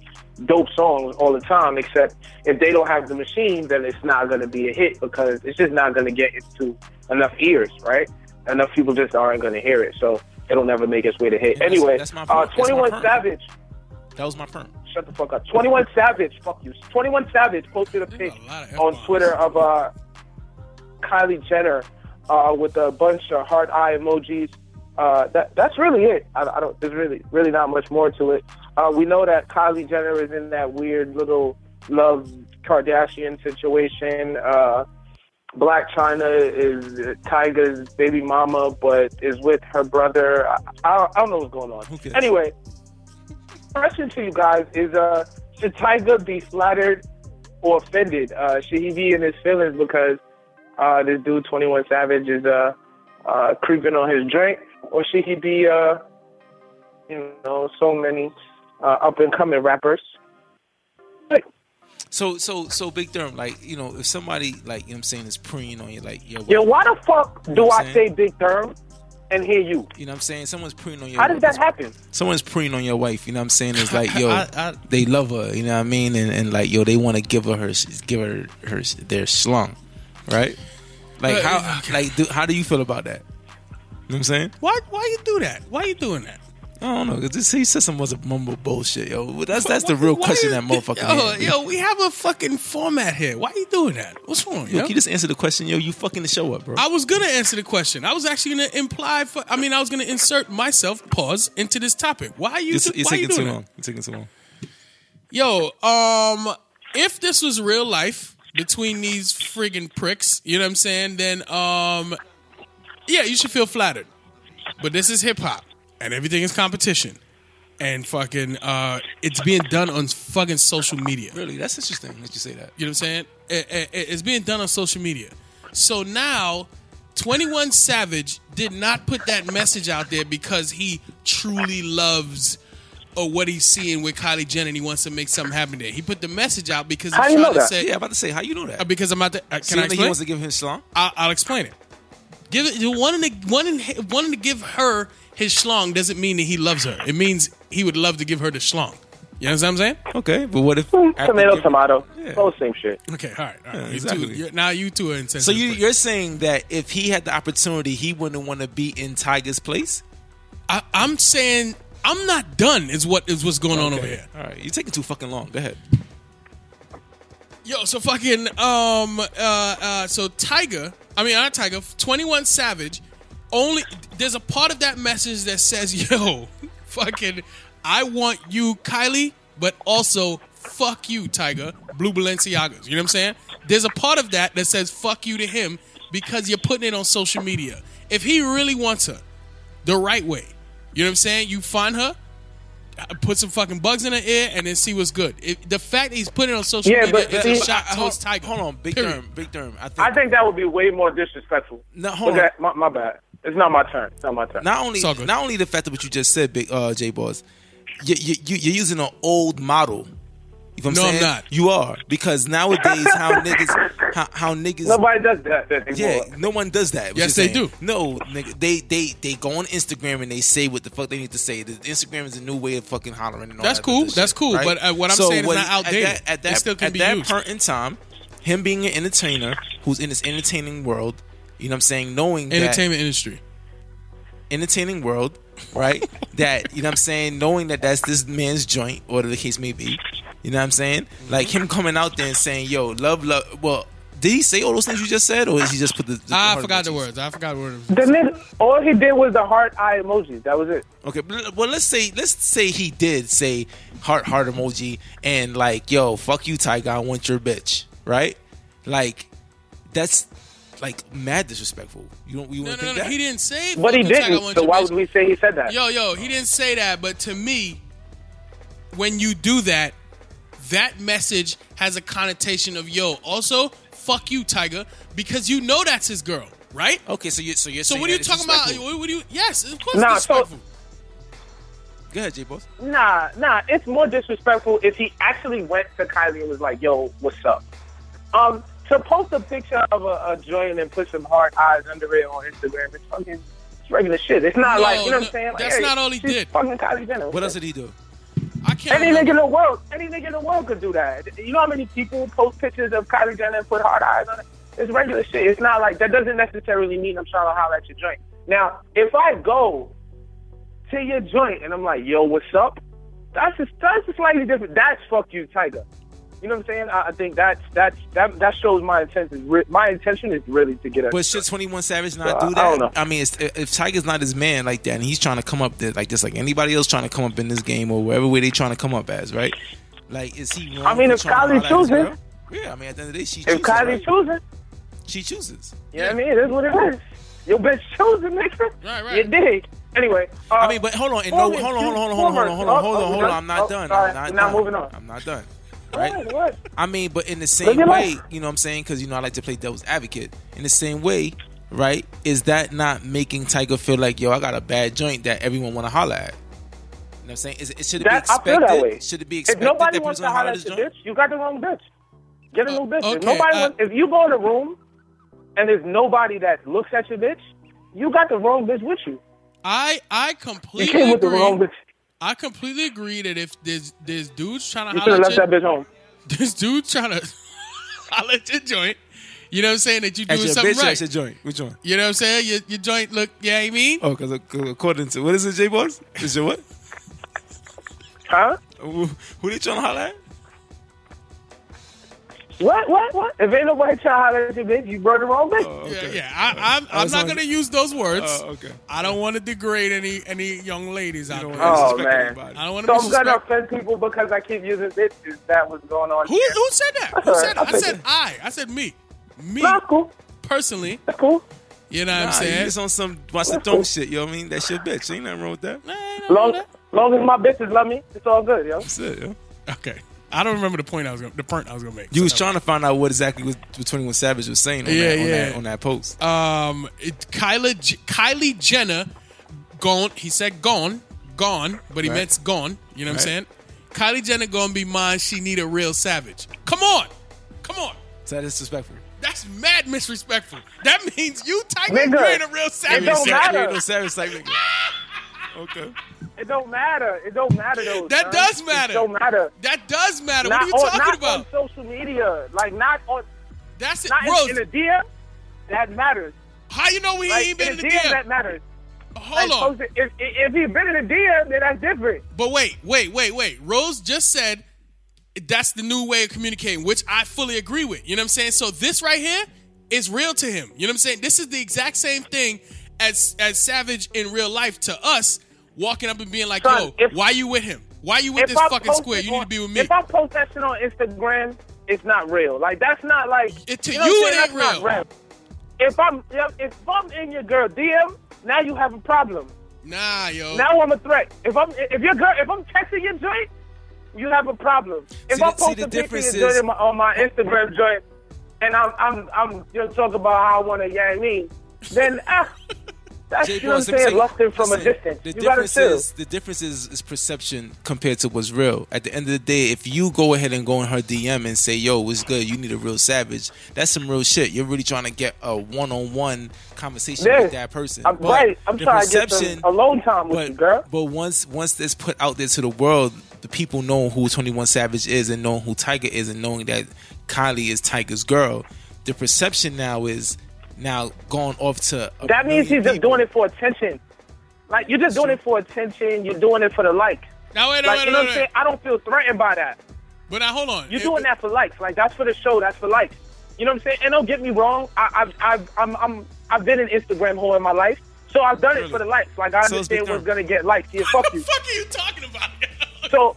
Speaker 5: dope songs all the time, except if they don't have the machine, then it's not going to be a hit because it's just not going to get into enough ears, right? Enough people just aren't going to hear it. So it'll never make its way to hit.
Speaker 4: Yeah, that's-
Speaker 5: anyway,
Speaker 4: that's my
Speaker 5: uh,
Speaker 4: point. That's my
Speaker 5: 21
Speaker 4: point.
Speaker 5: Savage.
Speaker 4: That was my perm.
Speaker 5: Shut the fuck up. 21 Savage, fuck you. 21 Savage posted a
Speaker 3: There's
Speaker 5: pic
Speaker 3: a lot of
Speaker 5: on
Speaker 3: F-bombs.
Speaker 5: Twitter of uh, Kylie Jenner uh, with a bunch of heart eye emojis uh, that that's really it. I, I don't. There's really really not much more to it. Uh, we know that Kylie Jenner is in that weird little love Kardashian situation. Uh, Black China is Tyga's baby mama, but is with her brother. I, I, I don't know what's going on.
Speaker 4: Who cares?
Speaker 5: Anyway, question to you guys is: uh, Should Tyga be flattered or offended? Uh, should he be in his feelings because uh, this dude Twenty One Savage is uh, uh, creeping on his drink, or should he be, uh, you know, so many uh, up and coming rappers?
Speaker 4: So so so big term, like, you know, if somebody like you know what I'm saying is preying on you like yo,
Speaker 5: Yo, why the fuck do
Speaker 4: know what
Speaker 5: I
Speaker 4: I'm
Speaker 5: say
Speaker 4: saying?
Speaker 5: big term and hear you?
Speaker 4: you know what I'm saying? Someone's preying on your
Speaker 5: How does that happen?
Speaker 4: someone's preying on your wife, you know what I'm saying? It's like, yo,
Speaker 3: I- I-
Speaker 4: they love her, you know what I mean? And, and like, yo, they want to give her her give her her their slung, right? Like
Speaker 3: Uh,
Speaker 4: how like do, how do you feel about that? You know what I'm saying?
Speaker 3: Why? Why you do that? Why you doing that?
Speaker 4: I don't know. 'cause This he said some was a mumble bullshit, yo. But That's that's the
Speaker 3: Why-
Speaker 4: real
Speaker 3: why
Speaker 4: question
Speaker 3: you-
Speaker 4: that motherfucker.
Speaker 3: Yo,
Speaker 4: had, dude.
Speaker 3: yo, we have a fucking format here. Why you doing that? What's wrong?
Speaker 4: Yo,
Speaker 3: Yo?
Speaker 4: can you just answer the question, yo? You fucking the show up, bro.
Speaker 3: I was gonna answer the question. I was actually gonna imply. For, I mean, I was gonna insert myself pause into this topic. Why are you?
Speaker 4: You're,
Speaker 3: do-
Speaker 4: you're
Speaker 3: why you
Speaker 4: taking
Speaker 3: doing
Speaker 4: too
Speaker 3: that?
Speaker 4: long. You're taking too long.
Speaker 3: Yo, um, if this was real life between these friggin' pricks, you know what I'm saying? Then, um, yeah, you should feel flattered. But this is hip hop, and everything is competition, and fucking, uh, it's being done on fucking social media.
Speaker 4: Really, that's interesting that you say that.
Speaker 3: You know what I'm saying? It- it- it's being done on social media. So now, 21 Savage did not put that message out there because he truly loves or what he's seeing with Kylie Jenner and he wants to make something happen there. He put the message out because he's
Speaker 5: How do
Speaker 3: trying
Speaker 5: you know
Speaker 3: to
Speaker 5: that?
Speaker 3: say,
Speaker 4: Yeah, I'm about to say how you know that.
Speaker 3: uh, because I'm out there. Uh, can
Speaker 4: See,
Speaker 3: I
Speaker 4: like, he
Speaker 3: explain?
Speaker 4: wants to give him his slung.
Speaker 3: I'll, I'll explain it. Give it. Wanting to wanting wanting to give her his schlong doesn't mean that he loves her. It means he would love to give her the schlong. You know what I'm saying?
Speaker 4: Okay, but what if after
Speaker 5: Tomato,
Speaker 4: give-
Speaker 5: tomato,
Speaker 4: Yeah.
Speaker 5: both same shit.
Speaker 3: Okay, all right, all right.
Speaker 4: Yeah,
Speaker 3: You two-
Speaker 4: exactly.
Speaker 3: you're- now you two are insensitive.
Speaker 4: So you,
Speaker 3: but-
Speaker 4: you're saying that if he had the opportunity, he wouldn't want to be in Tiger's place?
Speaker 3: I, I'm saying I'm not done. Is what is what's going on over here.
Speaker 4: All right, you're taking too fucking long. Go ahead.
Speaker 3: Yo, so fucking um uh uh so Tiger, I mean not Tiger, 21 Savage, only there's a part of that message that says, "Yo, fucking I want you, Kylie, but also fuck you, Tiger, Blue Balenciagas." You know what I'm saying? There's a part of that that says fuck you to him because you're putting it on social media. If he really wants her the right way, you know what I'm saying? You find her Put some fucking bugs in her ear and then see what's good. It, the fact that he's putting it on social
Speaker 5: Yeah,
Speaker 3: media
Speaker 5: but
Speaker 3: is
Speaker 5: see-
Speaker 3: a shot
Speaker 4: I-
Speaker 3: towards
Speaker 4: hold-
Speaker 3: Tiger.
Speaker 4: Hold on, big
Speaker 3: Period.
Speaker 4: term, big term. I think,
Speaker 5: I think that would be way more disrespectful.
Speaker 4: No, hold
Speaker 5: But
Speaker 4: on.
Speaker 5: that- My, my bad. It's not my turn. It's not my turn.
Speaker 4: not only
Speaker 3: It's all good.
Speaker 4: not only the fact that what you just said, big uh, J Boss, you, you, you, you're using an old model. You know what I'm
Speaker 3: No, I'm
Speaker 4: saying?
Speaker 3: not.
Speaker 4: You are because nowadays how niggas how, how niggas
Speaker 5: Nobody does that. that
Speaker 4: Yeah,
Speaker 5: anymore.
Speaker 4: no one does that. what
Speaker 3: Yes,
Speaker 4: you're
Speaker 3: they
Speaker 4: saying.
Speaker 3: do.
Speaker 4: No, nigga, they they they go on Instagram and they say what the fuck they need to say. The Instagram is a new way of fucking hollering. And all
Speaker 3: That's
Speaker 4: that
Speaker 3: cool,
Speaker 4: other
Speaker 3: that's
Speaker 4: shit,
Speaker 3: cool,
Speaker 4: right?
Speaker 3: but, uh, what I'm
Speaker 4: So
Speaker 3: saying is
Speaker 4: what-
Speaker 3: not outdated.
Speaker 4: At that, at
Speaker 3: It
Speaker 4: that,
Speaker 3: still can
Speaker 4: at
Speaker 3: be
Speaker 4: that
Speaker 3: used.
Speaker 4: point in time, him being an entertainer who's in this entertaining world, you know, what I'm saying, knowing that
Speaker 3: Entertainment industry.
Speaker 4: entertaining world, right? that you know what I'm saying, knowing that that's this man's joint, whatever the case may be. You know what I'm saying? Like him coming out there and saying, "Yo, love, love." Well, did he say all those things you just said, or is he just put the? the
Speaker 3: I
Speaker 4: heart
Speaker 3: forgot the
Speaker 4: emojis?
Speaker 3: words. I forgot the words.
Speaker 5: The nigga, all he did was the heart eye emojis. That was it.
Speaker 4: Okay, but- well let's say let's say he did say heart heart emoji and like yo fuck you Tiger I want your bitch right like that's like mad disrespectful you don't you
Speaker 3: No,
Speaker 4: want
Speaker 3: no, no,
Speaker 4: to think
Speaker 3: no.
Speaker 4: that
Speaker 3: He didn't say it.
Speaker 5: But he
Speaker 3: Fuck you, Tiger, I
Speaker 5: didn't.
Speaker 3: want
Speaker 5: So
Speaker 3: your
Speaker 5: why
Speaker 3: bitch.
Speaker 5: would we say he said that?
Speaker 3: Yo, yo, he didn't say that, but to me, when you do that, that message has a connotation of yo. Also, fuck you, Tiger, because you know that's his girl, right?
Speaker 5: Oh,
Speaker 4: okay so you so you're
Speaker 3: So
Speaker 4: saying
Speaker 3: what are you
Speaker 4: that it's
Speaker 3: talking about?
Speaker 4: disrespectful.
Speaker 3: What, what are you? Yes, of course,
Speaker 5: Nah,
Speaker 3: nah,
Speaker 5: so-
Speaker 3: disrespectful.
Speaker 4: go ahead J boss
Speaker 5: Nah, nah. It's more disrespectful if he actually went to Kylie and was like, "Yo, what's up?" Um, to post a picture of a, a joint and put some hard eyes under it on Instagram, it's fucking it's regular shit. It's not
Speaker 3: No,
Speaker 5: like you know what
Speaker 3: no,
Speaker 5: I'm saying. Like,
Speaker 3: that's
Speaker 5: hey,
Speaker 3: not all he
Speaker 5: she's
Speaker 3: did.
Speaker 5: Fucking Kylie Jenner.
Speaker 4: what else did he do
Speaker 3: I can't.
Speaker 5: Any
Speaker 3: remember.
Speaker 5: nigga in the world, any nigga in the world could do that. You know how many people post pictures of Kylie Jenner and put hard eyes on it? It's regular shit. It's not like that doesn't necessarily mean I'm trying to holler at your joint. Now, if I go to your joint and I'm like, yo, what's up? That's just that's just slightly different. That's fuck you, Tiger. You know what I'm saying? I, I think that's that's that that shows my intention. Re- my intention is really to get a.
Speaker 4: But should Twenty One Savage not
Speaker 5: Uh,
Speaker 4: do
Speaker 5: I
Speaker 4: that?
Speaker 5: don't know.
Speaker 4: mean, it's, if Tiger's not his man like that, and he's trying to come up there like this, like anybody else trying to come up in this game or whatever way they trying to come up as, right? Like, is he? Wrong
Speaker 5: I mean,
Speaker 4: for
Speaker 5: if
Speaker 4: trying to
Speaker 5: Kylie
Speaker 4: holler at his
Speaker 5: chooses-
Speaker 4: girl? yeah. I mean, at the end of the day, she chooses.
Speaker 5: if Kylie
Speaker 4: right?
Speaker 5: choosing,
Speaker 4: she chooses.
Speaker 5: you know what I mean? That's what it is. Your bitch choosing, nigga.
Speaker 3: Right, right.
Speaker 5: You dig? Anyway. Uh,
Speaker 4: I mean, but hold on, and no, hold on, hold on, hold on, hold on, hold on, hold on, hold on. I'm not
Speaker 5: Oh,
Speaker 4: done.
Speaker 5: sorry,
Speaker 4: I'm not
Speaker 5: we're not
Speaker 4: done.
Speaker 5: moving on.
Speaker 4: I'm not done. Right?
Speaker 5: What? What?
Speaker 4: I mean, but in the
Speaker 5: Live
Speaker 4: same
Speaker 5: your
Speaker 4: way,
Speaker 5: life.
Speaker 4: you know what I'm saying? Because, you know, I like to play devil's advocate. In the same way, right? Is that not making Tiger feel like, yo, I got a bad joint that everyone want to holler at? You know what I'm saying? Is, it should it
Speaker 5: That-
Speaker 4: be
Speaker 5: I feel
Speaker 4: expected?
Speaker 5: that way.
Speaker 4: Should it be
Speaker 5: If
Speaker 4: expected
Speaker 5: nobody
Speaker 4: that people's
Speaker 5: wants to
Speaker 4: gonna
Speaker 5: holler
Speaker 4: holler at
Speaker 5: at
Speaker 4: this
Speaker 5: your
Speaker 4: joint?
Speaker 5: bitch, you got the wrong bitch. Get a new bitch. if
Speaker 3: okay,
Speaker 5: nobody
Speaker 3: uh,
Speaker 5: wants, if you go in a room and there's nobody that looks at your bitch, you got the wrong bitch with you.
Speaker 3: I I
Speaker 5: You
Speaker 3: completely
Speaker 5: came with the wrong
Speaker 3: agree.
Speaker 5: bitch.
Speaker 3: I completely agree that if there's there's dudes trying to
Speaker 5: You should have
Speaker 3: holler
Speaker 5: left
Speaker 3: at your,
Speaker 5: that bitch home.
Speaker 3: this dude trying to holler at your joint, you know what I'm saying? That you
Speaker 4: At
Speaker 3: doing
Speaker 4: your
Speaker 3: something
Speaker 4: bitch, or
Speaker 3: right.
Speaker 4: at your joint. Which one?
Speaker 3: You know what I'm saying? Your, your joint look, yeah, you know what I mean?
Speaker 4: Oh, because according to, what is it, J Boss? Is your what?
Speaker 5: Huh?
Speaker 4: Who, who they trying to holler at?
Speaker 5: What? What? What? If ain't nobody trying to holler at your bitch, you brought the wrong bitch.
Speaker 4: Oh,
Speaker 3: Yeah,
Speaker 4: okay.
Speaker 3: yeah. I, I'm,
Speaker 4: I
Speaker 3: I'm
Speaker 4: was
Speaker 3: not
Speaker 4: wondering-
Speaker 3: gonna use those words.
Speaker 4: Oh, okay.
Speaker 3: I don't want to degrade any any young ladies
Speaker 4: You
Speaker 3: out
Speaker 4: don't
Speaker 3: there.
Speaker 4: wanna
Speaker 5: Oh,
Speaker 4: disrespect
Speaker 5: man.
Speaker 4: anybody.
Speaker 3: I don't want to
Speaker 5: so I'm
Speaker 3: disrespect.
Speaker 5: gonna offend people because I keep using bitches. That was going on.
Speaker 3: Who who said that? Who
Speaker 5: That's
Speaker 3: said
Speaker 5: all
Speaker 3: that?
Speaker 5: right.
Speaker 3: I said I. I said me. Me
Speaker 5: Nah, that's cool.
Speaker 3: personally.
Speaker 5: That's cool.
Speaker 3: You know what I'm
Speaker 4: Nah, you
Speaker 3: saying?
Speaker 4: just on some watch the throne shit. You know what I mean? That's your bitch. Ain't nothing wrong with that.
Speaker 3: Nah, I don't know
Speaker 5: Long,
Speaker 3: that.
Speaker 5: long as my bitches love me, it's all good, yo.
Speaker 4: That's it. Yo.
Speaker 3: Okay. I don't remember the point I was gonna the point I was gonna make.
Speaker 4: You was
Speaker 3: So,
Speaker 4: trying to find out what exactly was what Twenty One Savage was saying on,
Speaker 3: Yeah,
Speaker 4: that, on,
Speaker 3: yeah.
Speaker 4: that, on that post.
Speaker 3: um it, Kyla J- Kylie Jenner gone. He said gone, gone, but he
Speaker 4: Right.
Speaker 3: meant gone. You know what I'm saying?
Speaker 4: Right.
Speaker 3: Kylie Jenner gonna be mine. She need a real savage. Come on, come on.
Speaker 4: Is that disrespectful?
Speaker 3: That's mad misrespectful. That means you, Tiger,
Speaker 5: Nigga,
Speaker 3: you ain't a real
Speaker 5: It
Speaker 3: savage.
Speaker 5: don't matter.
Speaker 4: Ain't no savage like nigga. Okay.
Speaker 5: It don't matter. It don't matter though.
Speaker 3: That
Speaker 5: son.
Speaker 3: does
Speaker 5: It
Speaker 3: matter.
Speaker 5: don't matter.
Speaker 3: That does matter.
Speaker 5: Not,
Speaker 3: what are you
Speaker 5: on,
Speaker 3: talking
Speaker 5: not
Speaker 3: about?
Speaker 5: on social media. Like not on
Speaker 3: That's it,
Speaker 5: not
Speaker 3: bro.
Speaker 5: in, in a DM. That matters.
Speaker 3: how you know we
Speaker 5: Like
Speaker 3: ain't been in the
Speaker 5: DM,
Speaker 3: DM?
Speaker 5: that matters.
Speaker 3: Hold
Speaker 5: Like,
Speaker 3: on.
Speaker 5: post it- If, if he been in a DM, then that's different.
Speaker 3: But wait, wait, wait, wait. Rose just said that's the new way of communicating, which I fully agree with. You know what I'm saying? So this right here is real to him. You know what I'm saying? This is the exact same thing as as Savage in real life to us walking up and being like,
Speaker 5: Son,
Speaker 3: "Yo,
Speaker 5: if-
Speaker 3: why you with him? Why you with
Speaker 5: If
Speaker 3: this
Speaker 5: I
Speaker 3: fucking
Speaker 5: post
Speaker 3: square?
Speaker 5: it
Speaker 3: You
Speaker 5: on-
Speaker 3: need to be with me."
Speaker 5: If I post that shit on Instagram, it's not real. Like that's not like
Speaker 3: It- to you,
Speaker 5: what I'm
Speaker 3: it
Speaker 5: saying?
Speaker 3: ain't
Speaker 5: That's not
Speaker 3: real.
Speaker 5: If I'm yeah, if I'm in your girl DM, now you have a problem.
Speaker 3: nah, yo.
Speaker 5: Now I'm a threat. If I'm if your girl if I'm texting your joint, you have a problem. If
Speaker 4: See
Speaker 5: I
Speaker 4: the-
Speaker 5: post
Speaker 4: see the
Speaker 5: a picture of
Speaker 4: difference
Speaker 5: your joint
Speaker 4: is-
Speaker 5: in my, on my Instagram joint, and I'm I'm I'm just talking about how I want to yang me, then ah, that's you know what
Speaker 4: Boss,
Speaker 5: I'm
Speaker 4: let me
Speaker 5: saying,
Speaker 4: tell you-
Speaker 5: lusting from a
Speaker 4: listen,
Speaker 5: distance.
Speaker 4: The
Speaker 5: you gotta
Speaker 4: difference
Speaker 5: chill.
Speaker 4: is the difference is, is perception compared to what's real. At the end of the day, if you go ahead and go in her DM and say, "Yo, what's good? You need a real savage." That's some real shit. You're really trying to get a one-on-one conversation
Speaker 5: Yeah.
Speaker 4: with that person.
Speaker 5: I'm
Speaker 4: But
Speaker 5: right. I'm
Speaker 4: the
Speaker 5: trying to get some
Speaker 4: perception-
Speaker 5: alone time with
Speaker 4: but,
Speaker 5: you, girl.
Speaker 4: But once once this put out there to the world, the people know who Twenty One Savage is and knowing who Tiger is and knowing that Kylie is Tiger's girl, the perception now is now going off to a
Speaker 5: That
Speaker 4: million
Speaker 5: means he's just
Speaker 4: people.
Speaker 5: doing it for attention. Like you're just doing it for attention. You're doing it for the likes.
Speaker 3: Now wait,
Speaker 5: Like
Speaker 3: wait,
Speaker 5: you know
Speaker 3: wait,
Speaker 5: what I'm
Speaker 3: wait.
Speaker 5: saying? I don't feel threatened by that.
Speaker 3: But now hold on.
Speaker 5: You're
Speaker 3: If-
Speaker 5: doing that for likes. Like that's for the show. That's for likes. You know what I'm saying? And don't get me wrong. I, I've I've I'm, I'm I've been an Instagram whore in my life, so I've done it for the likes. Like I
Speaker 4: So it's
Speaker 5: understand
Speaker 4: Big
Speaker 5: what's
Speaker 4: Therm.
Speaker 5: gonna get likes. Yeah, fuck
Speaker 3: What
Speaker 5: you.
Speaker 3: the fuck are you talking about?
Speaker 5: So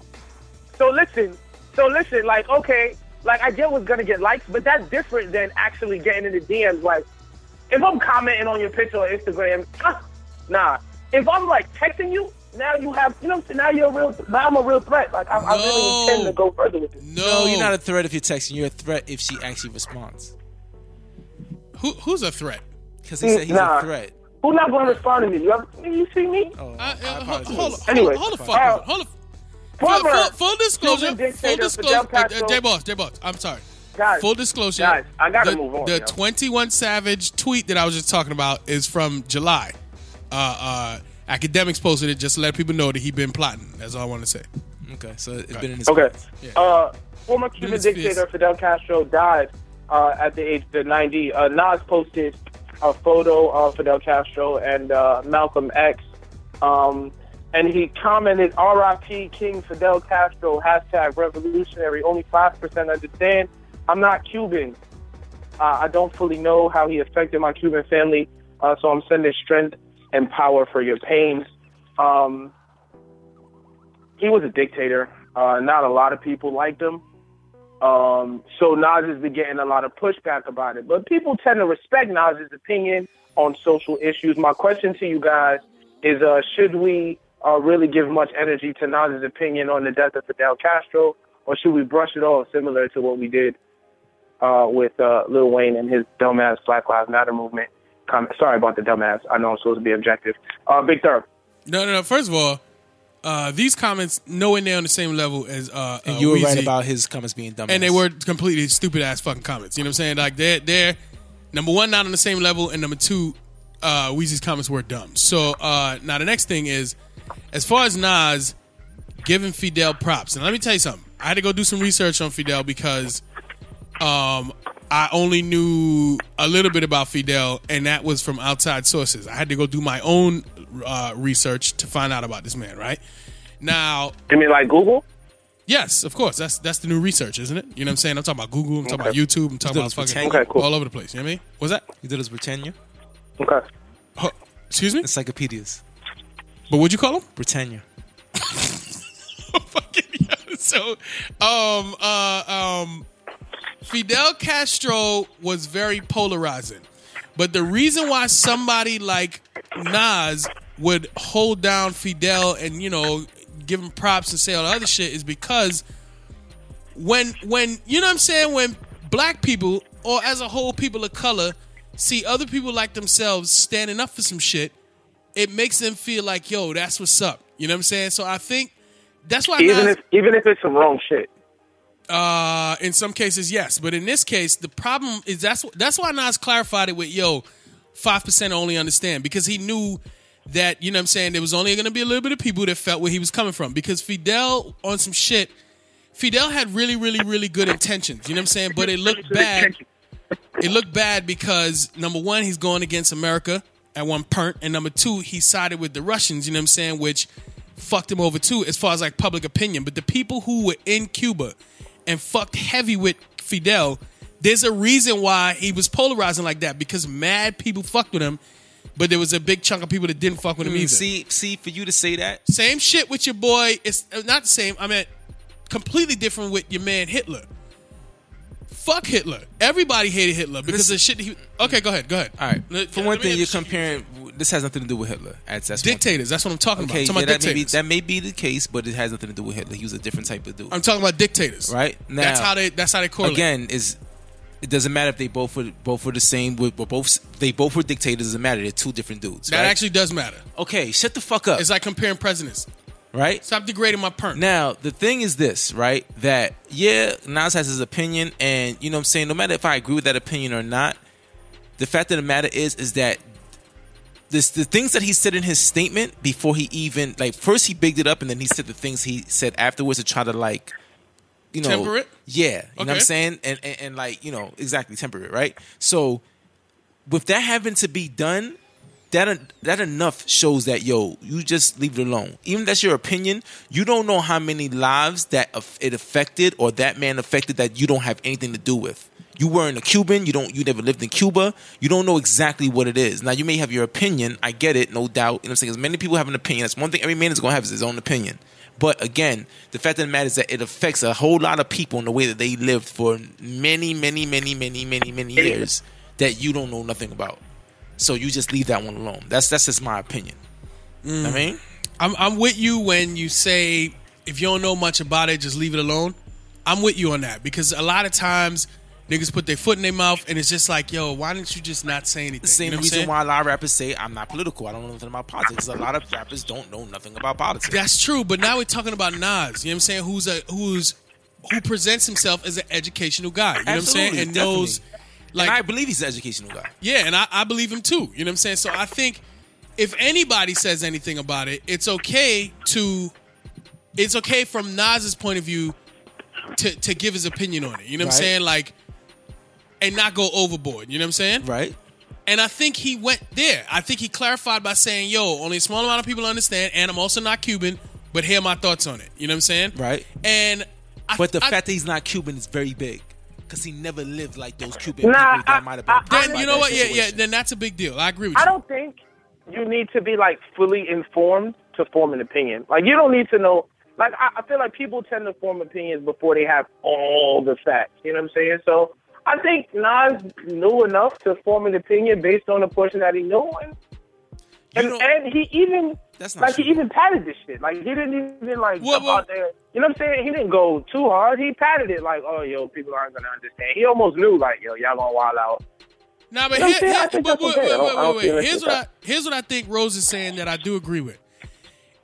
Speaker 5: so listen. So listen. Like okay. Like I get what's gonna get likes, but that's different than actually getting in the DMs. Like if I'm commenting on your picture on Instagram, nah. If I'm like texting you. Now you have, you know, what I'm saying? now you're a real. Now I'm a real threat. Like I, I really
Speaker 3: No.
Speaker 5: intend to go further with this.
Speaker 3: no,
Speaker 4: No, you're not a threat if you're texting. You're a threat if she actually responds.
Speaker 3: Who, who's a threat?
Speaker 4: Because he said he's
Speaker 5: Nah.
Speaker 4: a threat.
Speaker 5: Who's not going to respond to me? You, ever, you see me?
Speaker 4: Oh,
Speaker 3: I,
Speaker 4: I
Speaker 3: uh, hold,
Speaker 4: apologize.
Speaker 3: hold, hold,
Speaker 5: Anyway,
Speaker 3: hold the fuck
Speaker 5: uh,
Speaker 3: up. Hold the full,
Speaker 5: Former
Speaker 3: full, full disclosure,
Speaker 5: Cuban
Speaker 3: full
Speaker 5: dictator
Speaker 3: disclosure,
Speaker 5: Fidel
Speaker 3: uh,
Speaker 5: Castro.
Speaker 3: uh, J Boss, J Boss, I'm sorry.
Speaker 5: Guys,
Speaker 3: full disclosure,
Speaker 5: guys, I gotta
Speaker 3: the,
Speaker 5: move on,
Speaker 3: The
Speaker 5: yo.
Speaker 3: 21 Savage tweet that I was just talking about is from July. Uh, uh, academics posted it just to let people know that he been plotting. That's all I want to say.
Speaker 4: Okay, so it's been in his.
Speaker 5: Okay.
Speaker 3: Yeah.
Speaker 5: Uh, former Cuban
Speaker 3: This is-
Speaker 5: dictator Fidel Castro died uh, at the age of 90. Uh, Nas posted a photo of Fidel Castro and uh, Malcolm X. Um, and he commented, "R.I.P. King Fidel Castro." Hashtag revolutionary. Only five percent understand. I'm not Cuban. Uh, I don't fully know how he affected my Cuban family, uh, so I'm sending strength and power for your pains. Um, he was a dictator. Uh, not a lot of people liked him. Um, so Nas has been getting a lot of pushback about it. But people tend to respect Nas's opinion on social issues. My question to you guys is uh, should we uh, really give much energy to Nas's opinion on the death of Fidel Castro, or should we brush it off similar to what we did uh, with uh, Lil Wayne and his dumbass Black Lives Matter movement? Comment. Sorry about the dumbass. I know I'm supposed to be objective. Uh, Big Thurb.
Speaker 3: No, no, no. First of all, uh, these comments nowhere near on the same level as uh,
Speaker 4: And
Speaker 3: uh,
Speaker 4: you were right
Speaker 3: Weezy.
Speaker 4: about his comments being dumb.
Speaker 3: and they were completely stupid ass fucking comments. You know what I'm saying? Like they're they're number one not on the same level, and number two, uh, Weezy's comments were dumb. So uh, now the next thing is, as far as Nas giving Fidel props, and let me tell you something. I had to go do some research on Fidel because um, I only knew a little bit about Fidel, and that was from outside sources. I had to go do my own uh, research to find out about this man. Right now,
Speaker 5: You mean like Google?
Speaker 3: Yes, of course. That's that's the new research, isn't it? You know what I'm saying? I'm talking about Google. I'm talking about YouTube. I'm talking about
Speaker 4: Those
Speaker 3: fucking
Speaker 4: pretend-
Speaker 5: Okay, cool.
Speaker 3: all over the place. You know what I mean? What's that?
Speaker 4: You did his Britannia?
Speaker 5: Okay.
Speaker 3: Huh, excuse me.
Speaker 4: Encyclopedias.
Speaker 3: But what'd you call him?
Speaker 4: Britannia.
Speaker 3: Fucking yeah. So, um, uh, um, Fidel Castro was very polarizing, but the reason why somebody like Nas would hold down Fidel and you know give him props and say all the other shit is because when when you know what I'm saying when black people or as a whole people of color see other people like themselves standing up for some shit, it makes them feel like yo that's what's up. You know what I'm saying? So I think that's why
Speaker 5: Even
Speaker 3: Nas-
Speaker 5: if even if it's some wrong shit.
Speaker 3: uh, in some cases, yes, but in this case, the problem is that's that's why Nas clarified it with yo, five percent only understand because he knew that you know what I'm saying there was only going to be a little bit of people that felt where he was coming from because Fidel on some shit, Fidel had really really really good intentions, you know what I'm saying, but it looked bad. It looked bad because number one, he's going against America at one point, and number two, he sided with the Russians. You know what I'm saying? Which fucked him over too, as far as like public opinion. But the people who were in Cuba and fucked heavy with Fidel, there's a reason why he was polarizing like that because mad people fucked with him, but there was a big chunk of people that didn't fuck with him either.
Speaker 4: Mm, Mm-hmm. See, see, for you to say that,
Speaker 3: Same shit with your boy. It's uh, not the same. I mean, completely different with your man Hitler. Fuck Hitler. Everybody hated Hitler because the shit. He, okay, go ahead. Go ahead.
Speaker 4: All right.
Speaker 3: Let- uh,
Speaker 4: For
Speaker 3: let
Speaker 4: one
Speaker 3: me
Speaker 4: thing, you're
Speaker 3: understand.
Speaker 4: comparing. This has nothing to do with Hitler. That's, that's one thing.
Speaker 3: dictators. That's what I'm talking
Speaker 4: Okay,
Speaker 3: about. I'm
Speaker 4: yeah,
Speaker 3: talking about
Speaker 4: that, may be,
Speaker 3: dictators.
Speaker 4: that may be the case, but it has nothing to do with Hitler. He was a different type of dude.
Speaker 3: I'm talking about dictators.
Speaker 4: Right?
Speaker 3: that's
Speaker 4: Now-
Speaker 3: how they. That's how they correlate.
Speaker 4: Again, is it doesn't matter if they both were both were the same. Were, were both they both were dictators. Doesn't matter. They're two different dudes.
Speaker 3: that
Speaker 4: right? Uh,
Speaker 3: actually does matter.
Speaker 4: okay. Shut the fuck up.
Speaker 3: It's like comparing presidents.
Speaker 4: right?
Speaker 3: Stop degrading my perm.
Speaker 4: Now, the thing is this, right? That yeah, Nas has his opinion, and you know what I'm saying, no matter if I agree with that opinion or not, the fact of the matter is is that this the things that he said in his statement before he even like first he bigged it up and then he said the things he said afterwards to try to like you know
Speaker 3: Temper it?
Speaker 4: Yeah. You know what I'm
Speaker 3: Okay.
Speaker 4: saying? And, and and like, you know, exactly temper it, right? So with that having to be done, that that enough shows that yo, you just leave it alone. Even that's your opinion. You don't know how many lives that aff- it affected or that man affected that you don't have anything to do with. You weren't a Cuban. You don't. You never lived in Cuba. You don't know exactly what it is. Now you may have your opinion. I get it, no doubt. You know what I'm saying? 'Cause many people have an opinion. That's one thing every man is gonna have is his own opinion. But again, the fact of the matter is that it affects a whole lot of people in the way that they lived for many, many, many, many, many, many years that you don't know nothing about. So you just leave that one alone. That's that's just my opinion. I
Speaker 3: Mm.
Speaker 4: mean,
Speaker 3: I'm, I'm with you when you say if you don't know much about it, just leave it alone. I'm with you on that because a lot of times niggas put their foot in their mouth and it's just like, yo, why didn't you just not say anything?
Speaker 4: the same
Speaker 3: you know what I'm
Speaker 4: reason
Speaker 3: saying?
Speaker 4: why a lot of rappers say I'm not political. I don't know nothing about politics. A lot of rappers don't know nothing about politics.
Speaker 3: That's true, but now we're talking about Nas. You know what I'm saying? Who's a who's who presents himself as an educational guy? You know what I'm saying?
Speaker 4: Absolutely,
Speaker 3: And knows, like,
Speaker 4: and I believe he's an educational guy.
Speaker 3: yeah, and I, I believe him too. You know what I'm saying? So I think if anybody says anything about it, it's okay to, it's okay from Nas's point of view to to give his opinion on it. You know what
Speaker 4: Right.
Speaker 3: I'm saying? Like, and not go overboard. You know what I'm saying?
Speaker 4: Right.
Speaker 3: And I think he went there. I think he clarified by saying, yo, only a small amount of people understand, and I'm also not Cuban, but here are my thoughts on it. You know what I'm saying?
Speaker 4: Right.
Speaker 3: And I,
Speaker 4: But the
Speaker 3: I-
Speaker 4: fact that he's not Cuban is very big because he never lived like those Cuban
Speaker 5: Nah,
Speaker 4: people that
Speaker 5: I-
Speaker 4: might have been.
Speaker 5: I-
Speaker 4: affected
Speaker 3: then
Speaker 4: by
Speaker 3: you know
Speaker 4: that
Speaker 3: what? Yeah, yeah,
Speaker 4: situation.
Speaker 3: then that's a big deal. I agree with you.
Speaker 5: I don't think you need to be like fully informed to form an opinion. Like you don't need to know. Like I, I feel like people tend to form opinions before they have all the facts. You know what I'm saying? So I think Nas knew enough to form an opinion based on the portion that he knew, and and,
Speaker 4: don't-
Speaker 5: and he even
Speaker 4: That's not
Speaker 5: like
Speaker 4: true.
Speaker 5: he even patted this shit. Like he didn't even like
Speaker 3: Well,
Speaker 5: well,
Speaker 3: well-
Speaker 5: about there. You know what I'm saying? He didn't go too hard. He patted it like, oh yo, people aren't gonna understand. He almost knew like yo, y'all gonna wild out.
Speaker 3: Nah, but
Speaker 5: You know
Speaker 3: here,
Speaker 5: what I'm saying?
Speaker 3: here-
Speaker 5: I think
Speaker 3: but
Speaker 5: that's
Speaker 3: wait,
Speaker 5: okay. I
Speaker 3: wait,
Speaker 5: don't- I
Speaker 3: wait,
Speaker 5: don't
Speaker 3: wait, wait.
Speaker 5: feel like
Speaker 3: Here's
Speaker 5: it's
Speaker 3: what I here's what I think Rose is saying that I do agree with.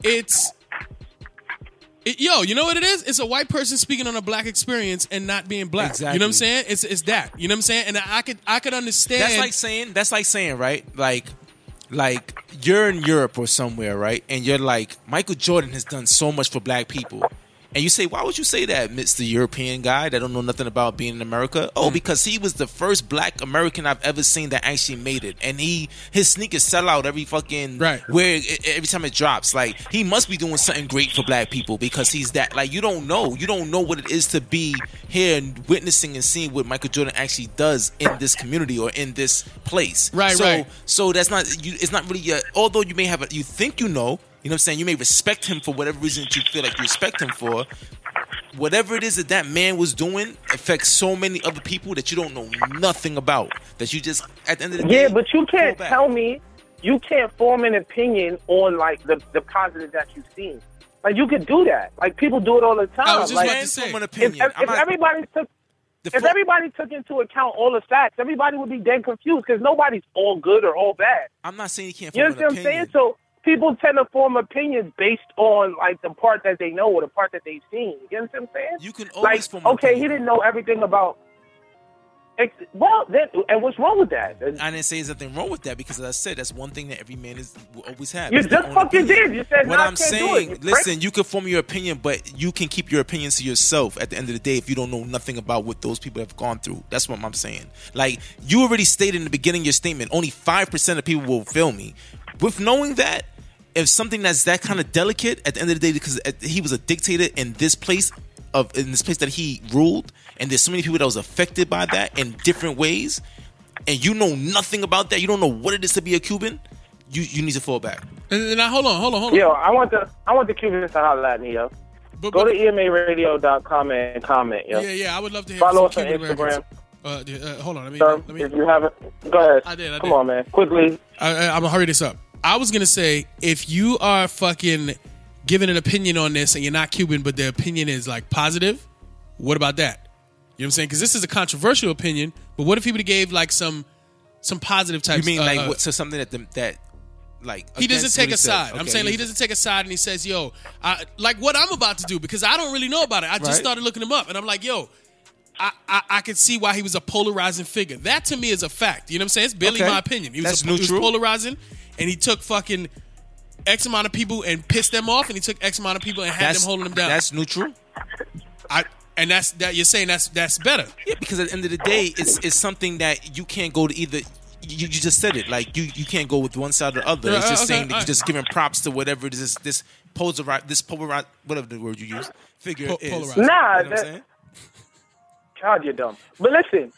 Speaker 3: It's it- yo, you know what it is? It's a white person speaking on a black experience and not being black. You know what I'm
Speaker 4: Exactly.
Speaker 3: saying? It's it's that. You know what I'm saying? And I could I could understand.
Speaker 4: That's like saying that's like saying right like like you're in Europe or somewhere right and you're like Michael Jordan has done so much for black people and you say why would you say that Mr. European guy that don't know nothing about being in America oh
Speaker 3: Hmm.
Speaker 4: because he was the first black American I've ever seen that actually made it and he his sneakers sell out every fucking
Speaker 3: Right.
Speaker 4: where e- every time it drops like he must be doing something great for black people because he's that like you don't know you don't know what it is to be here and witnessing and seeing what michael jordan actually does in this community or in this place
Speaker 3: Right,
Speaker 4: so,
Speaker 3: right.
Speaker 4: so that's not you it's not really uh although you may have a, you think you know you know what i'm saying you may respect him for whatever reason that you feel like you respect him for whatever it is that that man was doing affects so many other people that you don't know nothing about that you just at the end of the day
Speaker 5: Yeah, but you can't
Speaker 4: fall back.
Speaker 5: tell me you can't form an opinion on like the the positive that you've seen. Like you could do that. Like people do it all the time.
Speaker 3: I was just
Speaker 5: like,
Speaker 3: about
Speaker 4: Man's
Speaker 3: to
Speaker 4: form
Speaker 3: say,
Speaker 4: an
Speaker 5: if,
Speaker 4: opinion.
Speaker 5: if,
Speaker 4: I'm
Speaker 5: if
Speaker 4: not-
Speaker 5: everybody took
Speaker 4: the
Speaker 5: if
Speaker 4: fo-
Speaker 5: everybody took into account all the facts, everybody would be dead confused because nobody's all good or all bad.
Speaker 4: I'm not saying you can't
Speaker 5: You
Speaker 4: form
Speaker 5: understand
Speaker 4: an
Speaker 5: what I'm saying?
Speaker 4: opinion.
Speaker 5: So people tend to form opinions based on like the part that they know or the part that they've seen. You understand what I'm saying?
Speaker 4: You can
Speaker 5: like,
Speaker 4: always form an
Speaker 5: okay, he
Speaker 4: opinion.
Speaker 5: didn't know everything about. Ex- well, then, and what's wrong with that?
Speaker 4: I didn't say there's nothing wrong with that because, as I said, that's one thing that every man is will always have.
Speaker 5: You
Speaker 4: is their
Speaker 5: just
Speaker 4: own
Speaker 5: fucking
Speaker 4: opinion.
Speaker 5: did. You said,
Speaker 4: what
Speaker 5: "Nah, I
Speaker 4: I'm
Speaker 5: can't do
Speaker 4: saying.
Speaker 5: it." You
Speaker 4: Listen, you can form your opinion, but you can keep your opinion to yourself. At the end of the day, if you don't know nothing about what those people have gone through, that's what I'm saying. Like you already stated in the beginning of your statement, only five percent of people will feel me. With knowing that. If something that's that kind of delicate, at the end of the day, because at- he was a dictator in this place, of in this place that he ruled, and there's so many people that was affected by that in different ways, and you know nothing about that, you don't know what it is to be a Cuban, you you need to fall back.
Speaker 3: and, and I, hold on, hold on, hold on.
Speaker 5: Yo, I want the I want the Cubans to holler at me, yo.
Speaker 3: but,
Speaker 5: Go to E
Speaker 3: but-
Speaker 5: emaradio.com and comment, yo.
Speaker 3: yeah, yeah. I would love to hear
Speaker 5: Follow us
Speaker 3: some
Speaker 5: on
Speaker 3: Cuban
Speaker 5: Instagram,
Speaker 3: Americans. Uh, yeah, uh, hold on, let me.
Speaker 5: sir.
Speaker 3: Let
Speaker 5: If
Speaker 3: me
Speaker 5: you haven't, go ahead.
Speaker 3: I did, I
Speaker 5: Come
Speaker 3: did.
Speaker 5: on, man, quickly.
Speaker 3: I, I, I'm gonna hurry this up. I was gonna say if you are fucking giving an opinion on this and you're not Cuban, but the opinion is like positive, what about that? You know what I'm saying? Because this is a controversial opinion, but what if he would have gave like some some positive type?
Speaker 4: You mean like what, so something that the, that like
Speaker 3: uh, he doesn't
Speaker 4: against
Speaker 3: take
Speaker 4: what
Speaker 3: a
Speaker 4: said.
Speaker 3: side. I'm
Speaker 4: Okay,
Speaker 3: saying like, he doesn't take a side, and he says, "Yo, I, like what I'm about to do because I don't really know about it. I just
Speaker 4: Right.
Speaker 3: started looking him up, and I'm like, yo." I, I, I could see why he was a polarizing figure. That to me is a fact. You know what I'm saying? It's barely
Speaker 4: Okay.
Speaker 3: my opinion. He was,
Speaker 4: That's
Speaker 3: a, he was
Speaker 4: neutral.
Speaker 3: polarizing, and he took fucking X amount of people and pissed them off, and he took X amount of people and had
Speaker 4: That's
Speaker 3: them holding them down.
Speaker 4: That's neutral.
Speaker 3: I, and that's that you're saying that's that's better.
Speaker 4: Yeah, because at the end of the day, it's it's something that you can't go to either. You, you just said it like you, you can't go with one side or the other. It's
Speaker 3: Uh,
Speaker 4: just
Speaker 3: okay,
Speaker 4: saying that
Speaker 3: alright.
Speaker 4: you're just giving props to whatever it is this polarize this polarize whatever the word you use figure
Speaker 3: Po-
Speaker 4: is.
Speaker 3: polarized.
Speaker 4: You know
Speaker 5: Nah,
Speaker 4: what I'm
Speaker 5: that-
Speaker 4: saying?
Speaker 5: God, you're dumb. But listen,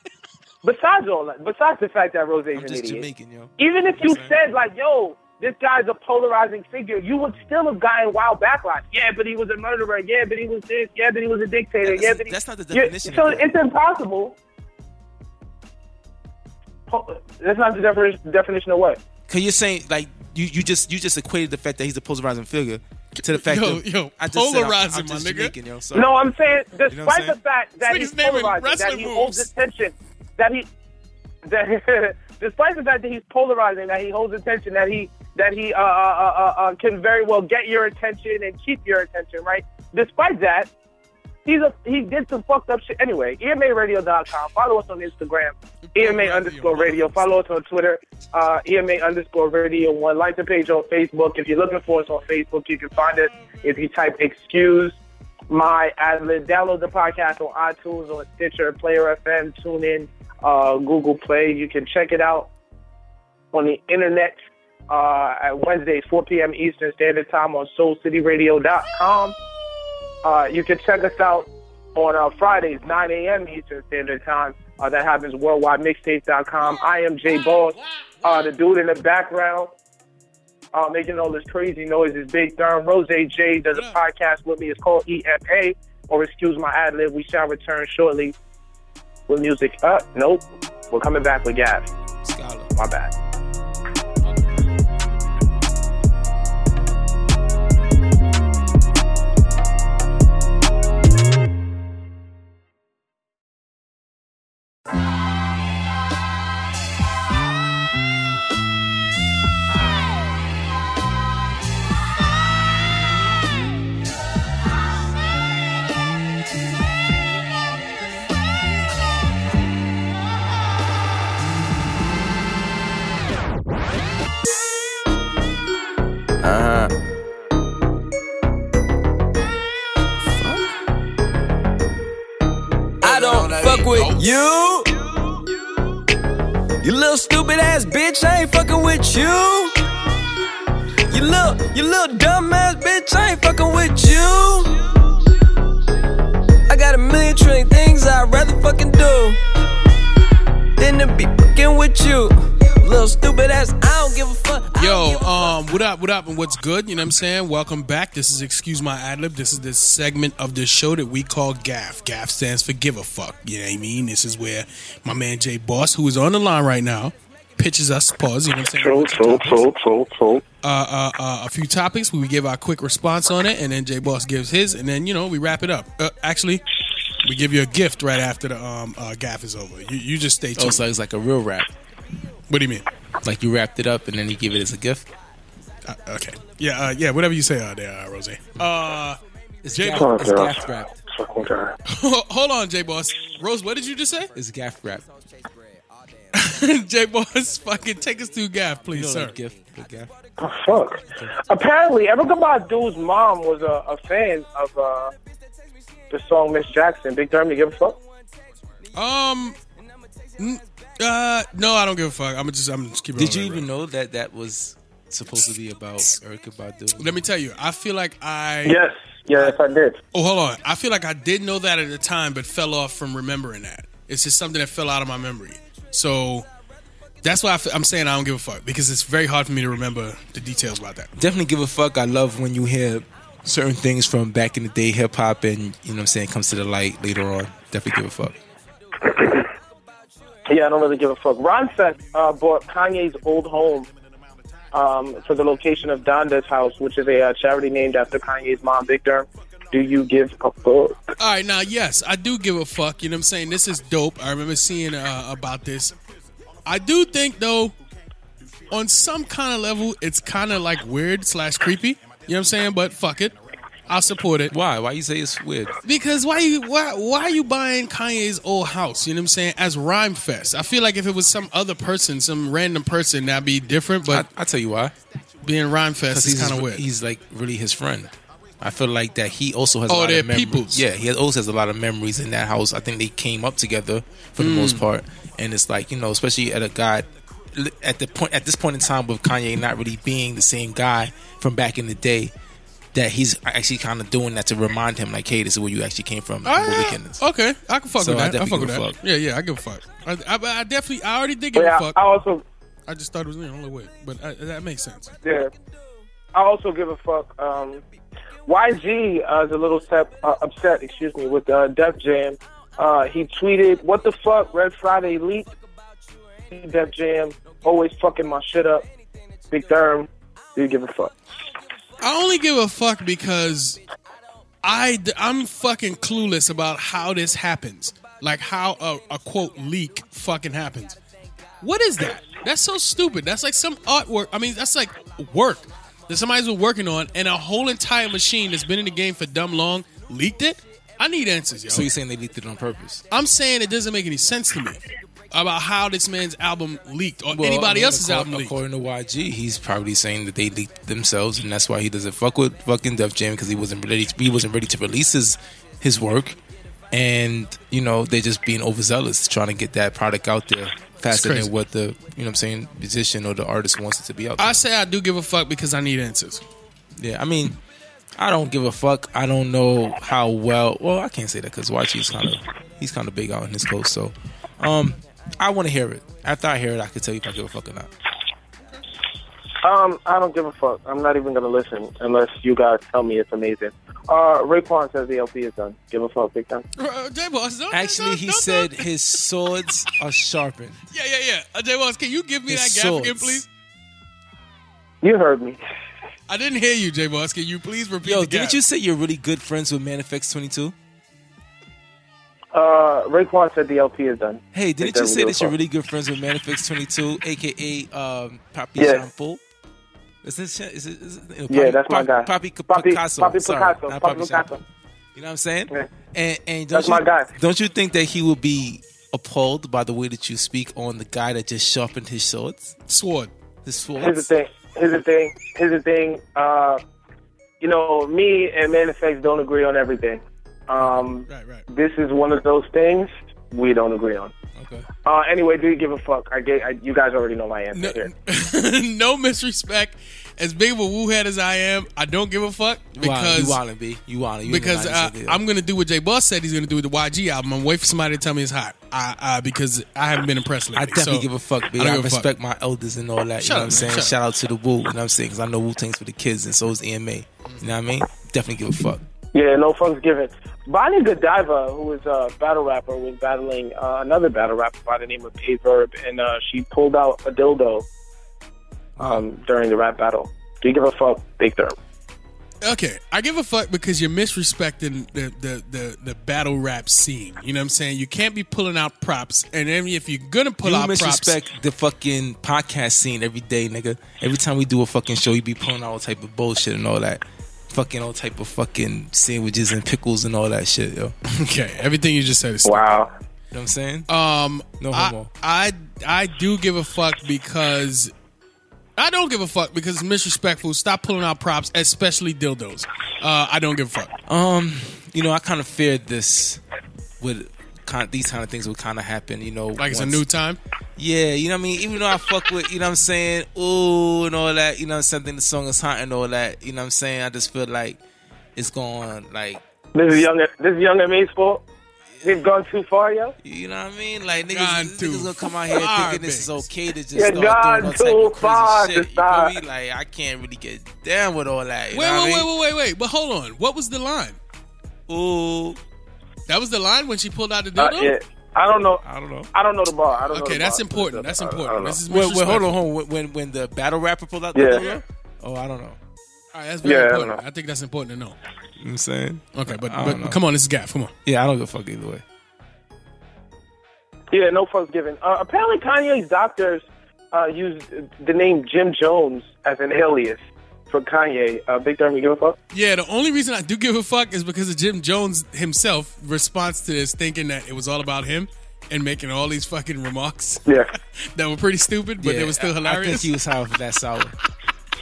Speaker 5: besides all that, besides the fact that Rose's
Speaker 4: I'm
Speaker 5: an
Speaker 4: just
Speaker 5: idiot,
Speaker 4: Jamaican, yo.
Speaker 5: even if you
Speaker 4: saying?
Speaker 5: said like, "Yo, this guy's a polarizing figure," you would still have gotten wild backlash. Yeah, but he was a murderer. Yeah, but he was this. Yeah, but he was a dictator.
Speaker 4: That's-
Speaker 5: yeah, but he,
Speaker 4: that's not the
Speaker 5: Yeah,
Speaker 4: definition of
Speaker 5: so
Speaker 4: that.
Speaker 5: it's impossible. Po- That's not the defini- definition of what.
Speaker 4: Cause you're saying like you, you just you just equated the fact that he's a polarizing figure to the fact
Speaker 3: Yo,
Speaker 4: that
Speaker 3: yo,
Speaker 4: I just said I'm-
Speaker 3: polarizing,
Speaker 4: I'm,
Speaker 3: my
Speaker 4: just
Speaker 3: nigga.
Speaker 4: Jamaican, yo, so-
Speaker 5: No, I'm saying despite
Speaker 4: know what I'm
Speaker 5: the
Speaker 4: saying?
Speaker 5: fact that
Speaker 3: This
Speaker 5: he's
Speaker 3: nigga's naming
Speaker 5: polarizing, that
Speaker 3: wrestling
Speaker 5: he
Speaker 3: moves.
Speaker 5: holds attention, that he that despite the fact that he's polarizing, that he holds attention, that he that he uh, uh, uh, uh, uh, can very well get your attention and keep your attention, right? Despite that, he's a he did some fucked up shit anyway. E EMARadio.com. Follow us on Instagram. EMA underscore radio. Follow us on Twitter. Uh, EMA underscore radio one. Like the page on Facebook. If you're looking for us on Facebook, you can find us if you type excuse my adlib. Download the podcast on iTunes, on Stitcher, Player FM, TuneIn, uh, Google Play. You can check it out. on the internet uh, at Wednesdays, 4 p.m. Eastern Standard Time on SoulCityRadio.com. Uh, you can check us out on uh, Fridays, 9 a.m. Eastern Standard Time. Uh, that happens worldwide, mixtapes.com. I am Jay Boss. Uh, the dude in the background uh, making all this crazy noise is Big Thurm. Rose J does a podcast with me. It's called EFA, or excuse my ad lib. We shall return shortly with music. Uh, nope. We're coming back with gas.
Speaker 4: Scholar.
Speaker 5: My bad.
Speaker 6: Uh-huh.
Speaker 7: I don't fuck with you. You little stupid ass bitch, I ain't fucking with you. You little, you little dumb ass bitch, I ain't fucking with you. I got a million trillion things I'd rather fucking do than to be fucking with you. Little stupid ass, I don't give a fuck. I don't
Speaker 3: Yo,
Speaker 7: give a
Speaker 3: um, what up, what up, and what's good? You know what I'm saying? Welcome back. This is Excuse My Ad Lib. This is this segment of the show that we call GAF. GAF stands for Give a Fuck. You know what I mean? This is where my man Jay Boss, who is on the line right now, pitches us, pause, you know what I'm saying?
Speaker 8: True, true, true, true, true.
Speaker 3: Uh, uh, uh, a few topics. We give our quick response on it, and then Jay Boss gives his, and then, you know, we wrap it up. Uh, actually, we give you a gift right after the um, uh, GAF is over. You, you just stay
Speaker 4: Oh,
Speaker 3: tuned.
Speaker 4: so it's like a real rap.
Speaker 3: what do you mean?
Speaker 4: Like you wrapped it up and then you give it as a gift.
Speaker 3: Uh, okay. Yeah, uh, yeah, whatever you say out there, uh, Rose. Uh,
Speaker 4: It's
Speaker 3: Jay-
Speaker 4: gaff,
Speaker 8: Fuck
Speaker 4: it's
Speaker 8: yeah.
Speaker 4: gaff wrapped.
Speaker 8: Fucking time.
Speaker 3: Hold on, J Boss. Rose, what did you just say?
Speaker 4: It's gaff wrapped.
Speaker 3: J Boss, fucking take us through Gaff,
Speaker 4: You know,
Speaker 3: please, sir.
Speaker 4: like gift, like gaff.
Speaker 5: Oh, fuck. Apparently, Erica Badu's mom was a, a fan of uh, the song Miss Jackson. Big Thurman, you give a fuck?
Speaker 3: Um, n- uh, no, I don't give a fuck. I'm just, I'm just keep. it
Speaker 4: Did
Speaker 3: on
Speaker 4: you
Speaker 3: that
Speaker 4: even
Speaker 3: road.
Speaker 4: know that that was supposed to be about Erica Badu?
Speaker 3: Let me tell you, I feel like I.
Speaker 5: Yes. Yes, I did.
Speaker 3: Oh, hold on. I feel like I did know that at the time, but fell off from remembering that. It's just something that fell out of my memory. So that's why I f- I'm saying I don't give a fuck because it's very hard for me to remember the details about that.
Speaker 4: definitely give a fuck. I love when you hear certain things from back in the day, hip hop, and you know what I'm saying, comes to the light later on. Definitely give a fuck.
Speaker 5: Yeah, I don't really give a fuck. Ron Fest uh, bought Kanye's old home um, for the location of Donda's house, which is a uh, charity named after Kanye's mom, Big Durham. Do you give a fuck?
Speaker 3: All right, now yes, I do give a fuck. You know what I'm saying? This is dope. I remember seeing uh, about this. I do think though, on some kind of level, it's kind of like weird slash creepy. You know what I'm saying? But fuck it, I'll support it.
Speaker 4: Why? Why you say it's weird?
Speaker 3: Because why you why why are you buying Kanye's old house? You know what I'm saying? As Rhyme Fest, I feel like if it was some other person, some random person, that'd be different.
Speaker 4: I,
Speaker 3: But
Speaker 4: I tell you why.
Speaker 3: being Rhyme
Speaker 4: Because
Speaker 3: Fest is
Speaker 4: he's
Speaker 3: kind of weird.
Speaker 4: He's like really his friend. I feel like that he also has
Speaker 3: Oh,
Speaker 4: a lot
Speaker 3: they're
Speaker 4: of memories.
Speaker 3: peoples.
Speaker 4: Yeah, he also has a lot of memories in that house. I think they came up together for the most part, and it's like you know, especially at a guy at the point at this point in time with Kanye not really being the same guy from back in the day. That he's actually kind of doing that to remind him, like, hey, this is where you actually came from.
Speaker 3: Ah,
Speaker 4: what weekend is.
Speaker 3: okay, I can fuck
Speaker 4: So
Speaker 3: with
Speaker 4: I
Speaker 3: that. I,
Speaker 4: definitely
Speaker 3: fuck with
Speaker 4: give
Speaker 3: that.
Speaker 4: a fuck.
Speaker 3: Yeah, yeah, I give a fuck. I, I, I definitely, I already did give
Speaker 5: Yeah,
Speaker 3: a fuck.
Speaker 5: I also
Speaker 3: I just thought it was you know, wait, but I, that makes sense.
Speaker 5: Yeah. I also give a fuck. Um, YG uh, is a little sep- uh, upset, excuse me, with uh, Def Jam. Uh, he tweeted, "What the fuck? Red Friday leak. Def Jam always fucking my shit up. Big Therm, do you give a fuck?
Speaker 3: I only give a fuck because I am fucking clueless about how this happens, like how a, a quote leak fucking happens. What is that? That's so stupid. That's like some artwork. I mean, that's like work that somebody's been working on, and a whole entire machine that's been in the game for dumb long leaked it. I need answers, yo.
Speaker 4: So you're saying they leaked it on purpose?
Speaker 3: I'm saying it doesn't make any sense to me about how this man's album leaked or
Speaker 4: Well,
Speaker 3: anybody
Speaker 4: I mean,
Speaker 3: else's
Speaker 4: acco-
Speaker 3: album leaked.
Speaker 4: According to YG, he's probably saying that they leaked themselves, and that's why he doesn't fuck with fucking Def Jam because he wasn't ready. He wasn't ready to release his his work, and you know they're just being overzealous trying to get that product out there. faster
Speaker 3: crazy.
Speaker 4: than what the you know what I'm saying musician or the artist wants it to be out. There.
Speaker 3: I say I do give a fuck because I need answers.
Speaker 4: yeah, I mean, I don't give a fuck. I don't know how well. Well, I can't say that because Wachi's kind of he's kind of big out in his coast. So, um, I want to hear it. After I hear it, I can tell you if I give a fuck or not.
Speaker 5: Um, I don't give a fuck. I'm not even gonna listen unless you guys tell me it's amazing. Uh, Raekwon says the LP is done. Give a fuck, big time.
Speaker 3: Uh, J Boss, don't-
Speaker 4: Actually,
Speaker 3: don't-
Speaker 4: he
Speaker 3: don't-
Speaker 4: said his swords are sharpened.
Speaker 3: Yeah, yeah, yeah. Uh, J Boss, can you give me that
Speaker 4: His
Speaker 3: gap
Speaker 4: swords.
Speaker 3: again, please?
Speaker 5: You heard me.
Speaker 3: I didn't hear you, J Boss. Can you please repeat?
Speaker 4: Yo,
Speaker 3: the gap?
Speaker 4: didn't you say you're really good friends with Manifex Twenty Two?
Speaker 5: Uh, Raekwon said the LP is done.
Speaker 4: Hey,
Speaker 5: Big
Speaker 4: didn't
Speaker 5: time,
Speaker 4: you say
Speaker 5: give a
Speaker 4: that you're
Speaker 5: fuck.
Speaker 4: really good friends with Manifex Twenty Two, aka um, Papi
Speaker 5: Yes.
Speaker 4: Jean Paul? Is this is it? Is it no,
Speaker 5: Yeah,
Speaker 4: Papi-
Speaker 5: that's my guy.
Speaker 4: Papi, Papi K-
Speaker 5: Papi-
Speaker 4: Picasso.
Speaker 5: Papi
Speaker 4: Sorry,
Speaker 5: Picasso.
Speaker 4: not
Speaker 5: Papi
Speaker 4: Papi Jean
Speaker 5: Picasso.
Speaker 4: Paul. You know what I'm saying?
Speaker 5: Yeah.
Speaker 4: And and don't
Speaker 5: That's
Speaker 4: you,
Speaker 5: my guy.
Speaker 4: Don't you think that he would be appalled by the way that you speak on the guy that just sharpened his swords?
Speaker 3: sword?
Speaker 4: His
Speaker 5: Here's the
Speaker 4: swords.
Speaker 5: thing. Here's the thing. Here's the thing. Uh, you know, me and Manifest don't agree on everything. Um,
Speaker 3: Right, right.
Speaker 5: this is one of those things we don't agree on.
Speaker 3: Okay.
Speaker 5: Uh, anyway, do you give a fuck? I, get, I you guys already know my answer
Speaker 3: No,
Speaker 5: here.
Speaker 3: no misrespect. As big of a woo head as I am, I don't give a fuck
Speaker 4: wow, you
Speaker 3: because
Speaker 4: wildin', B. You wildin'. You
Speaker 3: because uh,
Speaker 4: I,
Speaker 3: I'm gonna do what J Boss said he's gonna do with the YG album. I'm waiting for somebody to tell me it's hot. I, I because I haven't been impressed lately.
Speaker 4: I definitely
Speaker 3: so
Speaker 4: give a fuck, B.
Speaker 3: I
Speaker 4: I,
Speaker 3: don't
Speaker 4: I
Speaker 3: give a fuck.
Speaker 4: respect my elders and all that. you
Speaker 3: Shut
Speaker 4: know
Speaker 3: up,
Speaker 4: what I'm
Speaker 3: man.
Speaker 4: saying?
Speaker 3: Shut up.
Speaker 4: Shout out to the Wu. You know what I'm saying? Because I know Wu Tang's for the kids, and so is EMA. You know what I mean? Definitely give a fuck.
Speaker 5: Yeah, no fucks given. Bonnie Godiva, who is a battle rapper, was battling uh, another battle rapper by the name of Pay Verb, and uh, she pulled out a dildo um, during the rap battle. Do you give a fuck, Big Therm?
Speaker 3: Okay, I give a fuck because you're misrespecting the, the the the battle rap scene. You know what I'm saying? You can't be pulling out props, and then if you're gonna pull
Speaker 4: you
Speaker 3: out props,
Speaker 4: disrespect the fucking podcast scene every day, nigga. Every time we do a fucking show, you be pulling out all type of bullshit and all that. Fucking all type of fucking sandwiches and pickles and all that shit, yo. You know
Speaker 3: okay, everything you just said is
Speaker 5: Wow.
Speaker 4: what I'm saying?
Speaker 3: Um,
Speaker 4: No
Speaker 3: I-
Speaker 4: homo.
Speaker 3: I, I do give a fuck because I don't give a fuck because it's misrespectful. Stop pulling out props, especially dildos. Uh, I don't give a fuck.
Speaker 4: Um, you know, I kind of feared this would kind these kind of things would kind of happen, you know.
Speaker 3: Like it's a
Speaker 4: once-
Speaker 3: new time.
Speaker 4: Yeah, you know what I mean? Even though I fuck with, you know what I'm saying, ooh, and all that, you know, something the song is hot and all that, you know what I'm saying? I just feel like it's going like
Speaker 5: This is young. This is young and Mace fault. They've gone too far, yo.
Speaker 4: you know what I mean? Like
Speaker 3: Gone
Speaker 4: niggas,
Speaker 3: too
Speaker 4: niggas gonna come out here
Speaker 3: far,
Speaker 4: thinking this is
Speaker 3: Biggs.
Speaker 4: okay to just
Speaker 5: Yeah,
Speaker 4: start
Speaker 5: gone
Speaker 4: doing all
Speaker 5: too
Speaker 4: type of
Speaker 5: far
Speaker 4: crazy shit.
Speaker 5: to
Speaker 4: You feel
Speaker 5: start.
Speaker 4: me? Like I can't really get down with all that. You
Speaker 3: Wait,
Speaker 4: know
Speaker 3: wait, wait, wait,
Speaker 4: what
Speaker 3: wait, wait. But hold on. What was the line?
Speaker 4: I mean? Ooh,
Speaker 3: That was the line when she pulled out the
Speaker 5: Uh,
Speaker 3: dildo.
Speaker 5: yeah. I don't know.
Speaker 4: I don't know.
Speaker 5: I don't know the bar. I don't know
Speaker 3: Okay,
Speaker 5: the
Speaker 3: that's
Speaker 5: bar.
Speaker 3: important. That's
Speaker 5: I don't- I
Speaker 3: important.
Speaker 5: don't
Speaker 3: This is
Speaker 5: know.
Speaker 4: Wait, wait, hold
Speaker 3: misrespectful.
Speaker 4: on, hold on. When when the battle rapper pulled out,
Speaker 5: Yeah.
Speaker 4: the dildo? Oh, I don't know.
Speaker 3: All right, that's very
Speaker 5: Yeah, I don't
Speaker 3: important. I,
Speaker 5: know.
Speaker 3: think that's important to know.
Speaker 4: You know what I'm saying?
Speaker 3: Okay, but,
Speaker 4: I
Speaker 3: but
Speaker 4: don't know.
Speaker 3: come on, this is Gaff. Come on.
Speaker 4: Yeah, I don't give a fuck either way.
Speaker 5: Yeah, no fucks given. Uh, apparently, Kanye's doctors uh, used the name Jim Jones as an alias for Kanye. Uh, Big Therm, you give a fuck?
Speaker 3: Yeah, the only reason I do give a fuck is because of Jim Jones himself response to this, thinking that it was all about him and making all these fucking remarks.
Speaker 5: Yeah.
Speaker 3: that were pretty stupid, but
Speaker 4: yeah,
Speaker 3: they were still
Speaker 4: I-
Speaker 3: hilarious.
Speaker 4: I think he was high for that sour.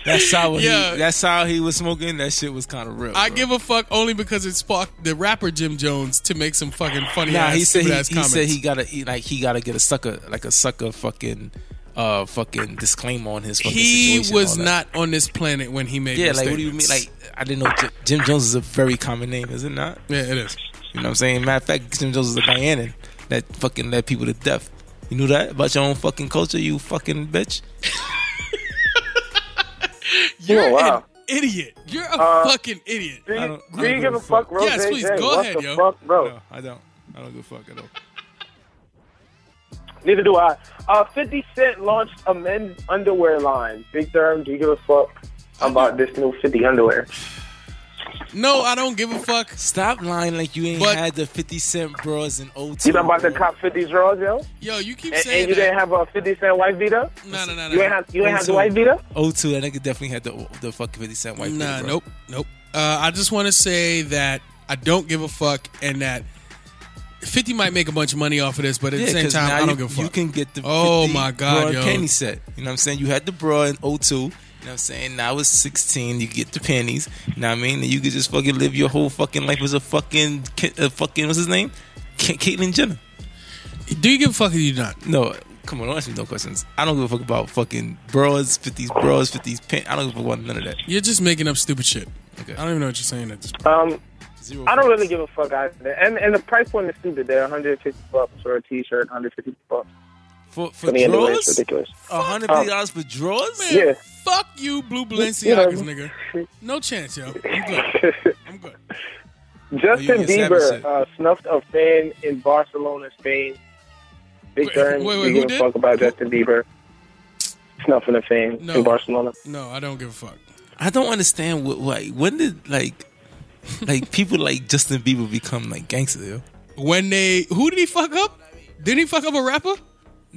Speaker 4: That sour.
Speaker 3: Yeah.
Speaker 4: He, that sour he was smoking. That shit was kind of real.
Speaker 3: I
Speaker 4: bro.
Speaker 3: give a fuck only because it sparked the rapper Jim Jones to make some fucking funny
Speaker 4: Nah,
Speaker 3: ass,
Speaker 4: he said
Speaker 3: stupid
Speaker 4: he,
Speaker 3: ass
Speaker 4: he
Speaker 3: comments.
Speaker 4: said he gotta he, like he gotta get a sucker like a sucker fucking uh fucking disclaimer on his fucking
Speaker 3: He
Speaker 4: situation and all
Speaker 3: was
Speaker 4: that.
Speaker 3: not on this planet when he made.
Speaker 4: yeah
Speaker 3: those
Speaker 4: like what do you mean
Speaker 3: statements.
Speaker 4: like I didn't know Jim, Jim Jones is a very common name is it not
Speaker 3: yeah, it is.
Speaker 4: you know what I'm saying matter of fact Jim Jones is a Guyanan that fucking led people to death you knew that about your own fucking culture you fucking bitch
Speaker 3: You're
Speaker 5: wow.
Speaker 3: an idiot. You're a
Speaker 5: Uh,
Speaker 3: fucking idiot.
Speaker 5: Do
Speaker 4: I
Speaker 5: you,
Speaker 4: don't- I
Speaker 5: do
Speaker 4: don't
Speaker 5: you give a fuck, Rose?
Speaker 3: Yes, please,
Speaker 5: J?
Speaker 3: go
Speaker 5: what
Speaker 3: ahead,
Speaker 5: the
Speaker 3: yo.
Speaker 5: fuck, bro?
Speaker 4: no I don't I don't give a fuck at all
Speaker 5: Neither do I. Uh, 50 Cent launched a men's underwear line. Big Therm, do you give a fuck about this new 50 underwear?
Speaker 3: No, I don't give a fuck.
Speaker 4: stop lying like you ain't
Speaker 3: But-
Speaker 4: had the 50 cent bras and O2
Speaker 5: You not about to
Speaker 4: bro.
Speaker 5: cop 50 draws, yo?
Speaker 3: Yo, you keep
Speaker 5: And, and
Speaker 3: saying
Speaker 5: you didn't
Speaker 3: that.
Speaker 5: have a 50 Cent wife beater?
Speaker 3: No, no, no,
Speaker 5: You ain't
Speaker 3: no.
Speaker 5: have, you ain't have the wife
Speaker 4: O2.
Speaker 5: beater?
Speaker 4: O2 that nigga definitely had the the fucking 50 cent white
Speaker 3: Nah,
Speaker 4: people, bro.
Speaker 3: nope, nope. Uh, I just want to say that I don't give a fuck, and that Fifty might make a bunch of money off of this, but at the same
Speaker 4: 'cause
Speaker 3: time,
Speaker 4: now
Speaker 3: I don't
Speaker 4: you,
Speaker 3: give a fuck.
Speaker 4: You can get the
Speaker 3: Oh
Speaker 4: 50
Speaker 3: my God,
Speaker 4: bra
Speaker 3: yo.
Speaker 4: panty set. You know what I'm saying? You had the bra in 02. You know what I'm saying? Now it's 16. You get the panties. You know what I mean? And you could just fucking live your whole fucking life as a fucking, ki- a fucking what's his name? K- Caitlyn Jenner.
Speaker 3: Do you give a fuck or do you not?
Speaker 4: No, Come on, don't ask me no questions. I don't give a fuck about fucking bras, 50s bras, 50s pants. I don't give a fuck about none of that.
Speaker 3: You're just making up stupid shit.
Speaker 4: Okay.
Speaker 3: I don't even know what you're saying at this point.
Speaker 5: Um,
Speaker 4: Zero
Speaker 5: I don't really give a fuck either. And and the price point is stupid. They're 150 bucks for a t-shirt, 150 bucks.
Speaker 4: For, for
Speaker 5: For me anyway, it's
Speaker 4: drawers?
Speaker 5: ridiculous.
Speaker 3: Oh,
Speaker 4: hundred million dollars for drawers?
Speaker 3: Man,
Speaker 5: Yeah.
Speaker 3: fuck you, Blue
Speaker 5: You know.
Speaker 3: Balenciagas, nigga. No chance, yo. I'm good. I'm good.
Speaker 5: Justin
Speaker 4: Oh, you get
Speaker 5: Bieber
Speaker 4: seven
Speaker 5: uh, snuffed a fan in Barcelona, Spain. Big
Speaker 3: Wait,
Speaker 5: Durham,
Speaker 3: wait, wait,
Speaker 5: you
Speaker 3: who
Speaker 5: give a
Speaker 3: did?
Speaker 5: fuck about Justin Bieber snuffing a fan
Speaker 3: No.
Speaker 5: in Barcelona.
Speaker 3: No, I don't give a fuck.
Speaker 4: I don't understand what like when did like like people like Justin Bieber become like gangster, yo?
Speaker 3: When they who did he fuck up? Didn't he fuck up a rapper?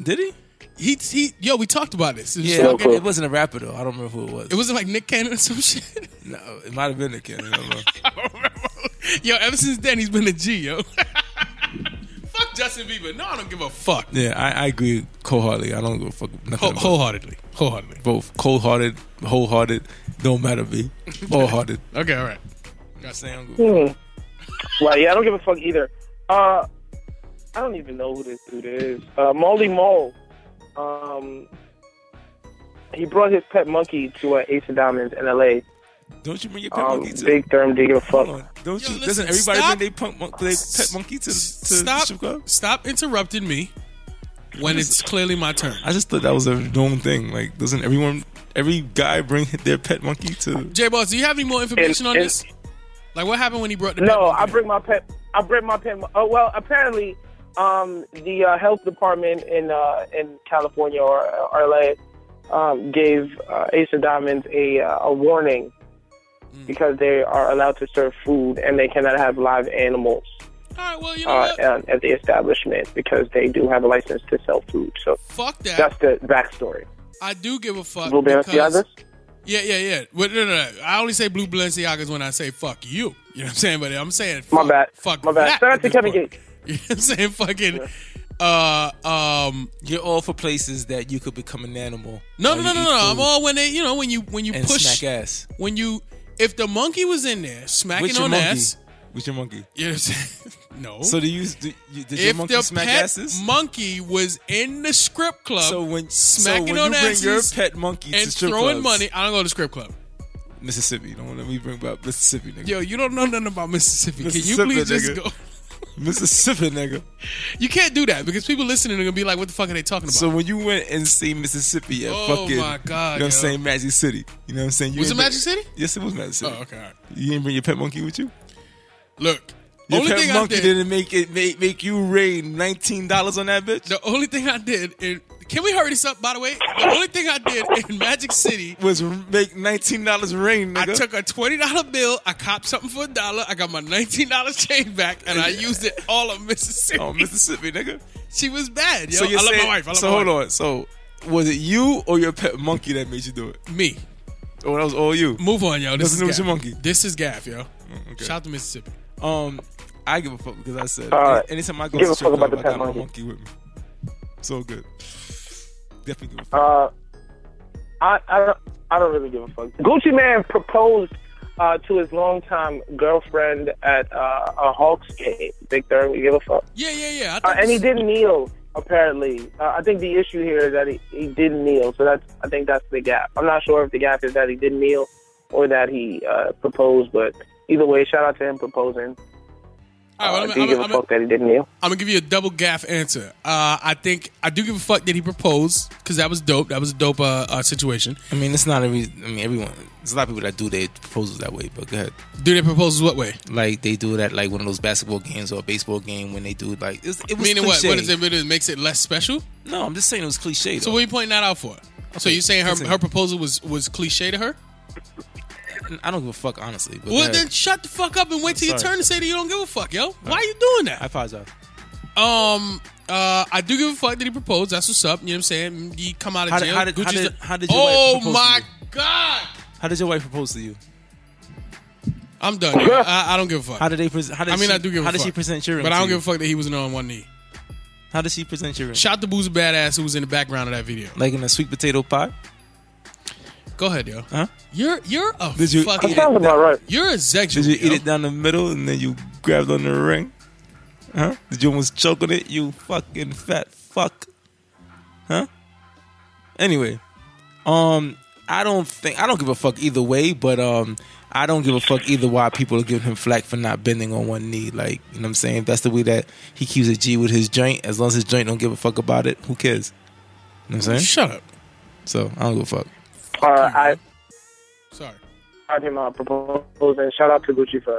Speaker 4: Did he?
Speaker 3: He he yo, we talked about this. It was,
Speaker 4: Yeah,
Speaker 3: fucking-
Speaker 4: okay, it wasn't a rapper though. I don't remember who it was.
Speaker 3: it wasn't like Nick Cannon or some shit.
Speaker 4: no, it might have been a kid. I don't know.
Speaker 3: I don't remember. Yo, ever since then he's been a G, yo. fuck Justin Bieber. No, I don't give a fuck.
Speaker 4: yeah, I, I agree wholeheartedly. I don't give a fuck nothing
Speaker 3: Whole-
Speaker 4: about
Speaker 3: wholeheartedly. Wholeheartedly.
Speaker 4: both cold hearted, wholehearted, don't matter me. Wholehearted.
Speaker 3: Okay, all right.
Speaker 5: Well, yeah, I don't give a fuck either. Uh, I don't even know who this dude is. Uh, Molly Mole. Um, he brought his pet monkey to uh, Ace of Diamonds in L.A.
Speaker 4: Don't you bring your pet
Speaker 5: Um,
Speaker 4: monkey to
Speaker 5: Big Durham didn't give a fuck.
Speaker 4: Hold on. Don't
Speaker 3: Yo,
Speaker 4: you
Speaker 3: listen,
Speaker 4: doesn't everybody
Speaker 3: stop.
Speaker 4: bring their punk mon- their pet monkey to, to the strip
Speaker 3: Stop
Speaker 4: club?
Speaker 3: stop interrupting me when it's clearly my turn.
Speaker 4: I just thought that was a known thing. Like, doesn't everyone, every guy bring their pet monkey to?
Speaker 3: J Boss, do you have any more information
Speaker 5: And-
Speaker 3: on
Speaker 5: and-
Speaker 3: this? Like what happened when he brought the
Speaker 5: No,
Speaker 3: pet
Speaker 5: I
Speaker 3: monkey?
Speaker 5: bring my pet. I bring my pet. mo- Oh well, apparently, um, the uh, health department in uh, in California or, or LA um, gave uh, Ace of Diamonds a uh, a warning
Speaker 4: Mm.
Speaker 5: because they are allowed to serve food and they cannot have live animals
Speaker 3: All right, well, you know
Speaker 5: uh,
Speaker 3: what?
Speaker 5: at, at the establishment because they do have a license to sell food. So
Speaker 3: Fuck that.
Speaker 5: that's the backstory.
Speaker 3: I do give a fuck.
Speaker 5: Blue
Speaker 3: because-
Speaker 5: Balenciagas.
Speaker 3: Yeah, yeah, yeah. But no, no, no. I only say blue Balenciagas when I say fuck you. You know what I'm saying? But I'm saying
Speaker 5: My
Speaker 3: fuck,
Speaker 5: bad.
Speaker 3: Fuck
Speaker 5: My bad.
Speaker 3: that
Speaker 5: Shout out
Speaker 3: at
Speaker 5: to
Speaker 3: this
Speaker 5: Kevin
Speaker 3: point.
Speaker 5: Gates.
Speaker 3: You know what I'm saying? Fucking. Uh, um,
Speaker 4: You're all for places that you could become an animal.
Speaker 3: no,
Speaker 4: or
Speaker 3: no,
Speaker 4: you
Speaker 3: no, no,
Speaker 4: eat
Speaker 3: no. I'm
Speaker 4: food
Speaker 3: all when they, you know, when you when you
Speaker 4: and
Speaker 3: push,
Speaker 4: smack ass.
Speaker 3: when you, if the monkey was in there smacking
Speaker 4: What's your
Speaker 3: on
Speaker 4: monkey?
Speaker 3: ass,
Speaker 4: What's your monkey?
Speaker 3: you know what I'm saying? No.
Speaker 4: So do you? Do you did your
Speaker 3: if
Speaker 4: monkey
Speaker 3: the
Speaker 4: smack
Speaker 3: pet
Speaker 4: asses?
Speaker 3: monkey was in the strip club,
Speaker 4: so when
Speaker 3: smacking
Speaker 4: so when
Speaker 3: on
Speaker 4: you bring
Speaker 3: asses
Speaker 4: your pet monkey to
Speaker 3: and
Speaker 4: strip
Speaker 3: throwing
Speaker 4: clubs,
Speaker 3: money, I don't go to strip club.
Speaker 4: Mississippi. Don't let me bring back Mississippi, nigga.
Speaker 3: Yo, you don't know nothing about Mississippi.
Speaker 4: Mississippi,
Speaker 3: Can you please just
Speaker 4: nigga.
Speaker 3: go?
Speaker 4: Mississippi, nigga.
Speaker 3: You can't do that because people listening are gonna be like, "What the fuck are they talking about?"
Speaker 4: So when you went and see Mississippi at
Speaker 3: Oh
Speaker 4: fucking,
Speaker 3: my God,
Speaker 4: you know what
Speaker 3: yo.
Speaker 4: I'm saying, Magic City. You know what I'm saying? You
Speaker 3: Was it
Speaker 4: ain't bring-
Speaker 3: Magic City?
Speaker 4: Yes, it was Magic City.
Speaker 3: oh, okay. All right.
Speaker 4: You didn't bring your pet monkey with you.
Speaker 3: Look,
Speaker 4: Your
Speaker 3: only
Speaker 4: pet
Speaker 3: thing
Speaker 4: monkey
Speaker 3: I did,
Speaker 4: didn't make it make, make you rain nineteen dollars on that bitch.
Speaker 3: the only thing I did, in, can we hurry this up? By the way, the only thing I did in Magic City,
Speaker 4: Was make nineteen dollars rain.
Speaker 3: I
Speaker 4: Nigga.
Speaker 3: took a twenty dollar bill, I copped something for a dollar, I got my nineteen dollar change back, and I used it all on Mississippi.
Speaker 4: oh Mississippi, nigga.
Speaker 3: She was bad, yo.
Speaker 4: so you're
Speaker 3: I love
Speaker 4: saying,
Speaker 3: my wife. I love
Speaker 4: so
Speaker 3: my
Speaker 4: hold
Speaker 3: wife.
Speaker 4: on. So was it you or your pet monkey that made you do it?
Speaker 3: on. Me,
Speaker 4: Or that was all you?
Speaker 3: move on, yo. This
Speaker 4: Nothing
Speaker 3: is
Speaker 4: new with
Speaker 3: Gaff.
Speaker 4: your monkey. Mm,
Speaker 3: This is Gaff, yo.
Speaker 4: okay.
Speaker 3: Shout out to Mississippi.
Speaker 4: Um, I give a fuck because I said
Speaker 5: All right.
Speaker 4: anytime I go
Speaker 5: Give
Speaker 4: to
Speaker 5: a
Speaker 4: strip
Speaker 5: fuck about
Speaker 4: club, I got
Speaker 5: the
Speaker 4: my
Speaker 5: pet
Speaker 4: monkey with me. So good. Definitely give a fuck.
Speaker 5: Uh, I, I don't I don't really give a fuck. Gucci Man proposed uh, to his longtime girlfriend at uh, a Hawks game. Big Durham, you give a fuck.
Speaker 3: Yeah, yeah, yeah. I
Speaker 5: Uh,
Speaker 3: think
Speaker 5: and he didn't kneel. Apparently, uh, I think the issue here is that he, he didn't kneel. So that's I think that's the gap. I'm not sure if the gap is that he didn't kneel or that he uh, proposed, but either way, shout out to him proposing.
Speaker 3: All right,
Speaker 5: Uh,
Speaker 3: well,
Speaker 5: do you
Speaker 3: I'm,
Speaker 5: give
Speaker 3: I'm,
Speaker 5: a
Speaker 3: I'm,
Speaker 5: fuck that he didn't kneel?
Speaker 3: I'm gonna give you a double gaff answer. Uh, I think I do give a fuck that he proposed because that was dope. That was a dope uh, uh, situation.
Speaker 4: I mean, it's not every. I mean, everyone. There's a lot of people that do their proposals that way. But go ahead.
Speaker 3: Do they propose what way?
Speaker 4: Like they do it at like one of those basketball games or a baseball game when they do like it was, it was
Speaker 3: Meaning
Speaker 4: cliche.
Speaker 3: what? What is it? What is it makes it less special.
Speaker 4: No, I'm just saying it was cliche.
Speaker 3: So
Speaker 4: So
Speaker 3: what are you pointing that out for? So you're saying her
Speaker 4: continue.
Speaker 3: her proposal was was cliche to her?
Speaker 4: I don't give a fuck honestly. But go
Speaker 3: Well,
Speaker 4: ahead.
Speaker 3: then shut the fuck up and wait till your
Speaker 4: Sorry.
Speaker 3: turn to say that you don't give a fuck, yo. Why are you doing that?
Speaker 4: I apologize.
Speaker 3: Um, uh, I do give a fuck that he proposed. That's what's up. You know what I'm saying? He come out of
Speaker 4: How did-
Speaker 3: jail.
Speaker 4: how did- how
Speaker 3: Gucci's
Speaker 4: did-
Speaker 3: a-
Speaker 4: how did your wife
Speaker 3: oh
Speaker 4: propose to
Speaker 3: my
Speaker 4: you?
Speaker 3: god!
Speaker 4: How did your wife propose to you?
Speaker 3: I'm done. yo. I, I don't give a fuck.
Speaker 4: How did they present? How did
Speaker 3: I mean,
Speaker 4: she,
Speaker 3: I do give a
Speaker 4: How
Speaker 3: fuck.
Speaker 4: did she present your?
Speaker 3: But I don't
Speaker 4: to
Speaker 3: give a fuck that he was on one knee.
Speaker 4: you? How did she present your?
Speaker 3: Shout out to Boozer Badass who was in the background of that video.
Speaker 4: Like in a sweet potato pie?
Speaker 3: Go ahead, yo.
Speaker 4: Huh?
Speaker 3: You're you're a
Speaker 4: Did you
Speaker 3: fucking
Speaker 4: eat it?
Speaker 5: Sounds about right.
Speaker 3: you're a sexual.
Speaker 4: Did you eat
Speaker 3: yo.
Speaker 4: it down the middle and then you grabbed on the ring? Huh? Did you almost choke on it? You fucking fat fuck. Huh? Anyway, um, I don't think I don't give a fuck either way, but um, I don't give a fuck either why people are giving him flack for not bending on one knee. Like you know, what I'm saying that's the way that he keeps a G with his joint. As long as his joint don't give a fuck about it, who cares? You know what I'm saying?
Speaker 3: Shut up.
Speaker 4: So I don't give a fuck.
Speaker 5: Uh, I
Speaker 3: Sorry.
Speaker 5: heard him uh, propose, and shout out to Gucci for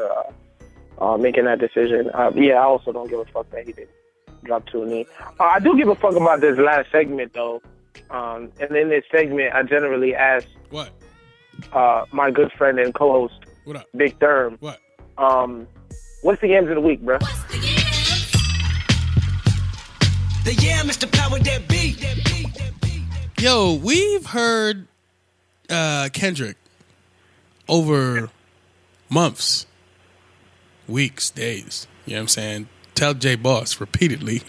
Speaker 5: uh, uh, making that decision. Uh, yeah, I also don't give a fuck that he did drop to a knee. Uh, I do give a fuck about this last segment though, um, and in this segment, I generally ask
Speaker 3: What?
Speaker 5: uh, my good friend and co-host
Speaker 3: What up?
Speaker 5: Big Therm,
Speaker 3: What?
Speaker 5: um, what's the yams of the week, bruh?
Speaker 3: Yo, we've heard uh, Kendrick over months, weeks, days. You know what I'm saying? Tell J Boss repeatedly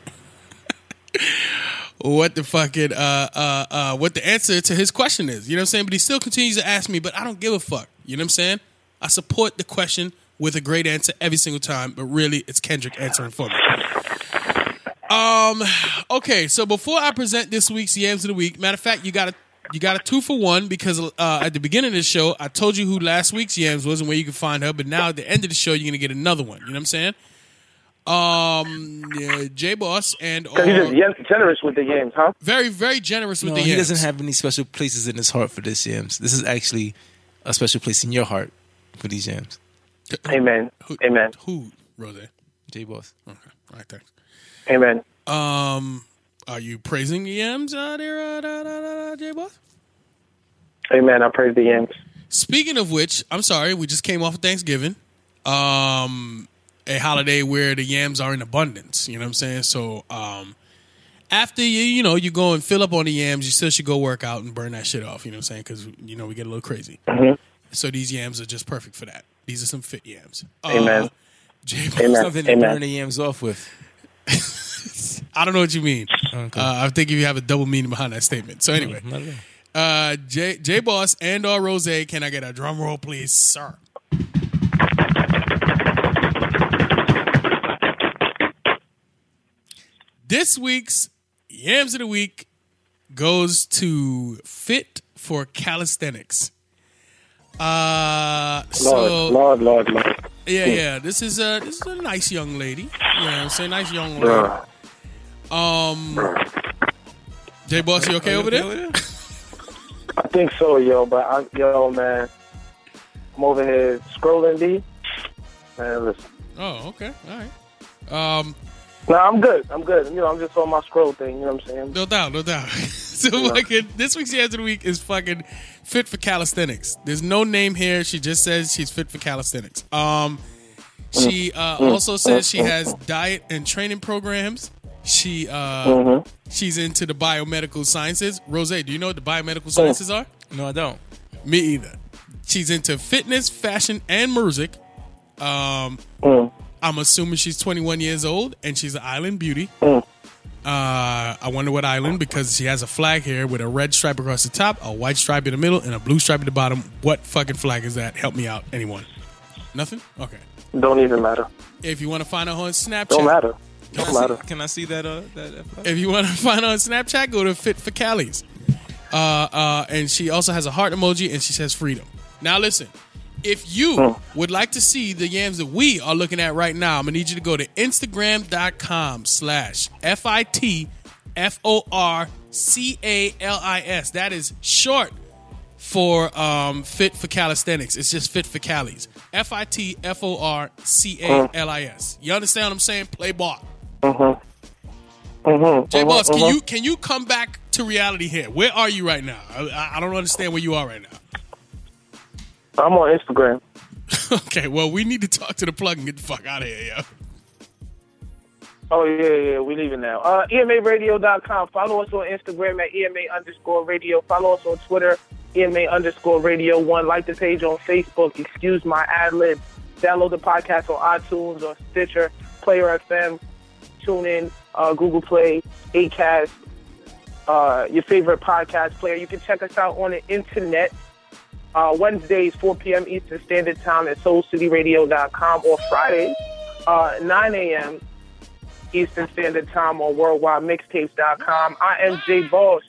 Speaker 3: what the fucking uh, uh, uh, what the answer to his question is. You know what I'm saying? But he still continues to ask me, but I don't give a fuck. You know what I'm saying? I support the question with a great answer every single time, but really, it's Kendrick answering for me. Um. Okay. So before I present this week's yams of the week, matter of fact, you got a you got a two for one because uh, at the beginning of the show I told you who last week's yams was and where you can find her, but now at the end of the show you're gonna get another one. You know what I'm saying? Um. Yeah, J Boss and
Speaker 5: Because he's just
Speaker 3: uh,
Speaker 5: yen- generous with the yams, huh?
Speaker 3: very very generous with
Speaker 4: No,
Speaker 3: the
Speaker 4: he
Speaker 3: yams.
Speaker 4: doesn't have any special places in his heart for this yams. This is actually a special place in your heart for these yams.
Speaker 5: Amen.
Speaker 3: who,
Speaker 5: Amen.
Speaker 3: Who Rose?
Speaker 4: J Boss.
Speaker 3: Okay. All right. Thanks.
Speaker 5: Amen.
Speaker 3: Um. Are you praising the yams out there, uh, da, da, da, da, J Boss?
Speaker 5: Amen. I praise the yams.
Speaker 3: Speaking of which, I'm sorry, we just came off of Thanksgiving. Um a holiday where the yams are in abundance, you know what I'm saying? So, um after you, you know, you go and fill up on the yams, you still should go work out and burn that shit off, you know what I'm saying? Cuz you know, we get a little crazy.
Speaker 5: Mm-hmm.
Speaker 3: So these yams are just perfect for that. These are some fit yams. Uh,
Speaker 5: Amen.
Speaker 3: J-
Speaker 4: Something to
Speaker 5: Amen.
Speaker 4: burn the yams off with.
Speaker 3: I don't know what you mean.
Speaker 4: Okay.
Speaker 3: Uh, I think you have a double meaning behind that statement. So anyway,
Speaker 4: Not at all.
Speaker 3: uh, J J Boss and or Rose, can I get a drum roll, please, sir? This week's Yams of the Week goes to Fit for Calisthenics. Uh,
Speaker 5: Lord,
Speaker 3: so
Speaker 5: Lord, Lord, Lord.
Speaker 3: yeah, yeah, this is a this is a nice young lady. You know what I'm saying? Nice young lady. Um,
Speaker 8: Bruh.
Speaker 3: J Boss, you okay over there?
Speaker 5: I think so, yo. But I'm, yo, man, I'm over here scrolling, B. Man, listen.
Speaker 3: Oh, okay, all right. Um,
Speaker 5: Nah, I'm good. I'm good. You know, I'm just on my scroll thing. You know what I'm saying?
Speaker 3: No doubt, no doubt. so fucking this week's yams of the week is fucking fit for calisthenics. There's no name here. She just says she's fit for calisthenics. Um, she uh, also says she has diet and training programs. She uh, she's into the biomedical sciences. Rose, do you know what the biomedical sciences are?
Speaker 4: No, I don't.
Speaker 3: Me either. She's into fitness, fashion, and music. Um, I'm assuming she's 21 years old and she's an island beauty. Uh, I wonder what island because she has a flag here with a red stripe across the top, a white stripe in the middle, and a blue stripe at the bottom. What fucking flag is that? Help me out, anyone? Nothing? Okay.
Speaker 5: Don't even matter.
Speaker 3: If you want to find her on Snapchat,
Speaker 5: Don't matter.
Speaker 4: Can
Speaker 5: Don't
Speaker 4: I, see,
Speaker 5: matter.
Speaker 4: can I see that? Uh, that F-
Speaker 3: If you want to find her on Snapchat, go to Fit for Cali's. Uh, uh, and she also has a heart emoji and she says freedom. Now, listen, if you would like to see the yams that we are looking at right now, I'm going to need you to go to Instagram.com slash F I T F O R C A L I S. That is short for um, Fit for Calisthenics. It's just Fit for Cali's. F I T F O R C A L I S. You understand what I'm saying? Play ball. J Boss, can you can you come back to reality here? Where are you right now? I- I, I don't understand where you are right now.
Speaker 5: I'm on Instagram.
Speaker 3: okay, well we need to talk to the plug and get the fuck out of here, yo.
Speaker 5: Oh yeah, yeah, we leaving now. Uh, EMARadio.com. Follow us on Instagram at EMA underscore radio. Follow us on Twitter, EMA underscore radio one. Like the page on Facebook. Excuse my ad lib. Download the podcast on iTunes or Stitcher, Player FM, TuneIn, uh, Google Play, Acast, uh, your favorite podcast player. You can check us out on the internet. Uh, Wednesdays, 4 p.m. Eastern Standard Time at SoulCityRadio.com or Fridays, uh, 9 a.m. Eastern Standard Time on worldwidemixtapes.com. I am Jay Boss.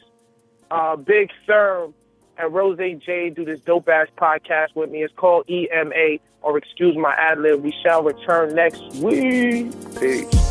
Speaker 5: Uh, Big Sir and Rose J do this dope ass podcast with me. It's E called EMA, or excuse my ad lib. We shall return next week. Peace.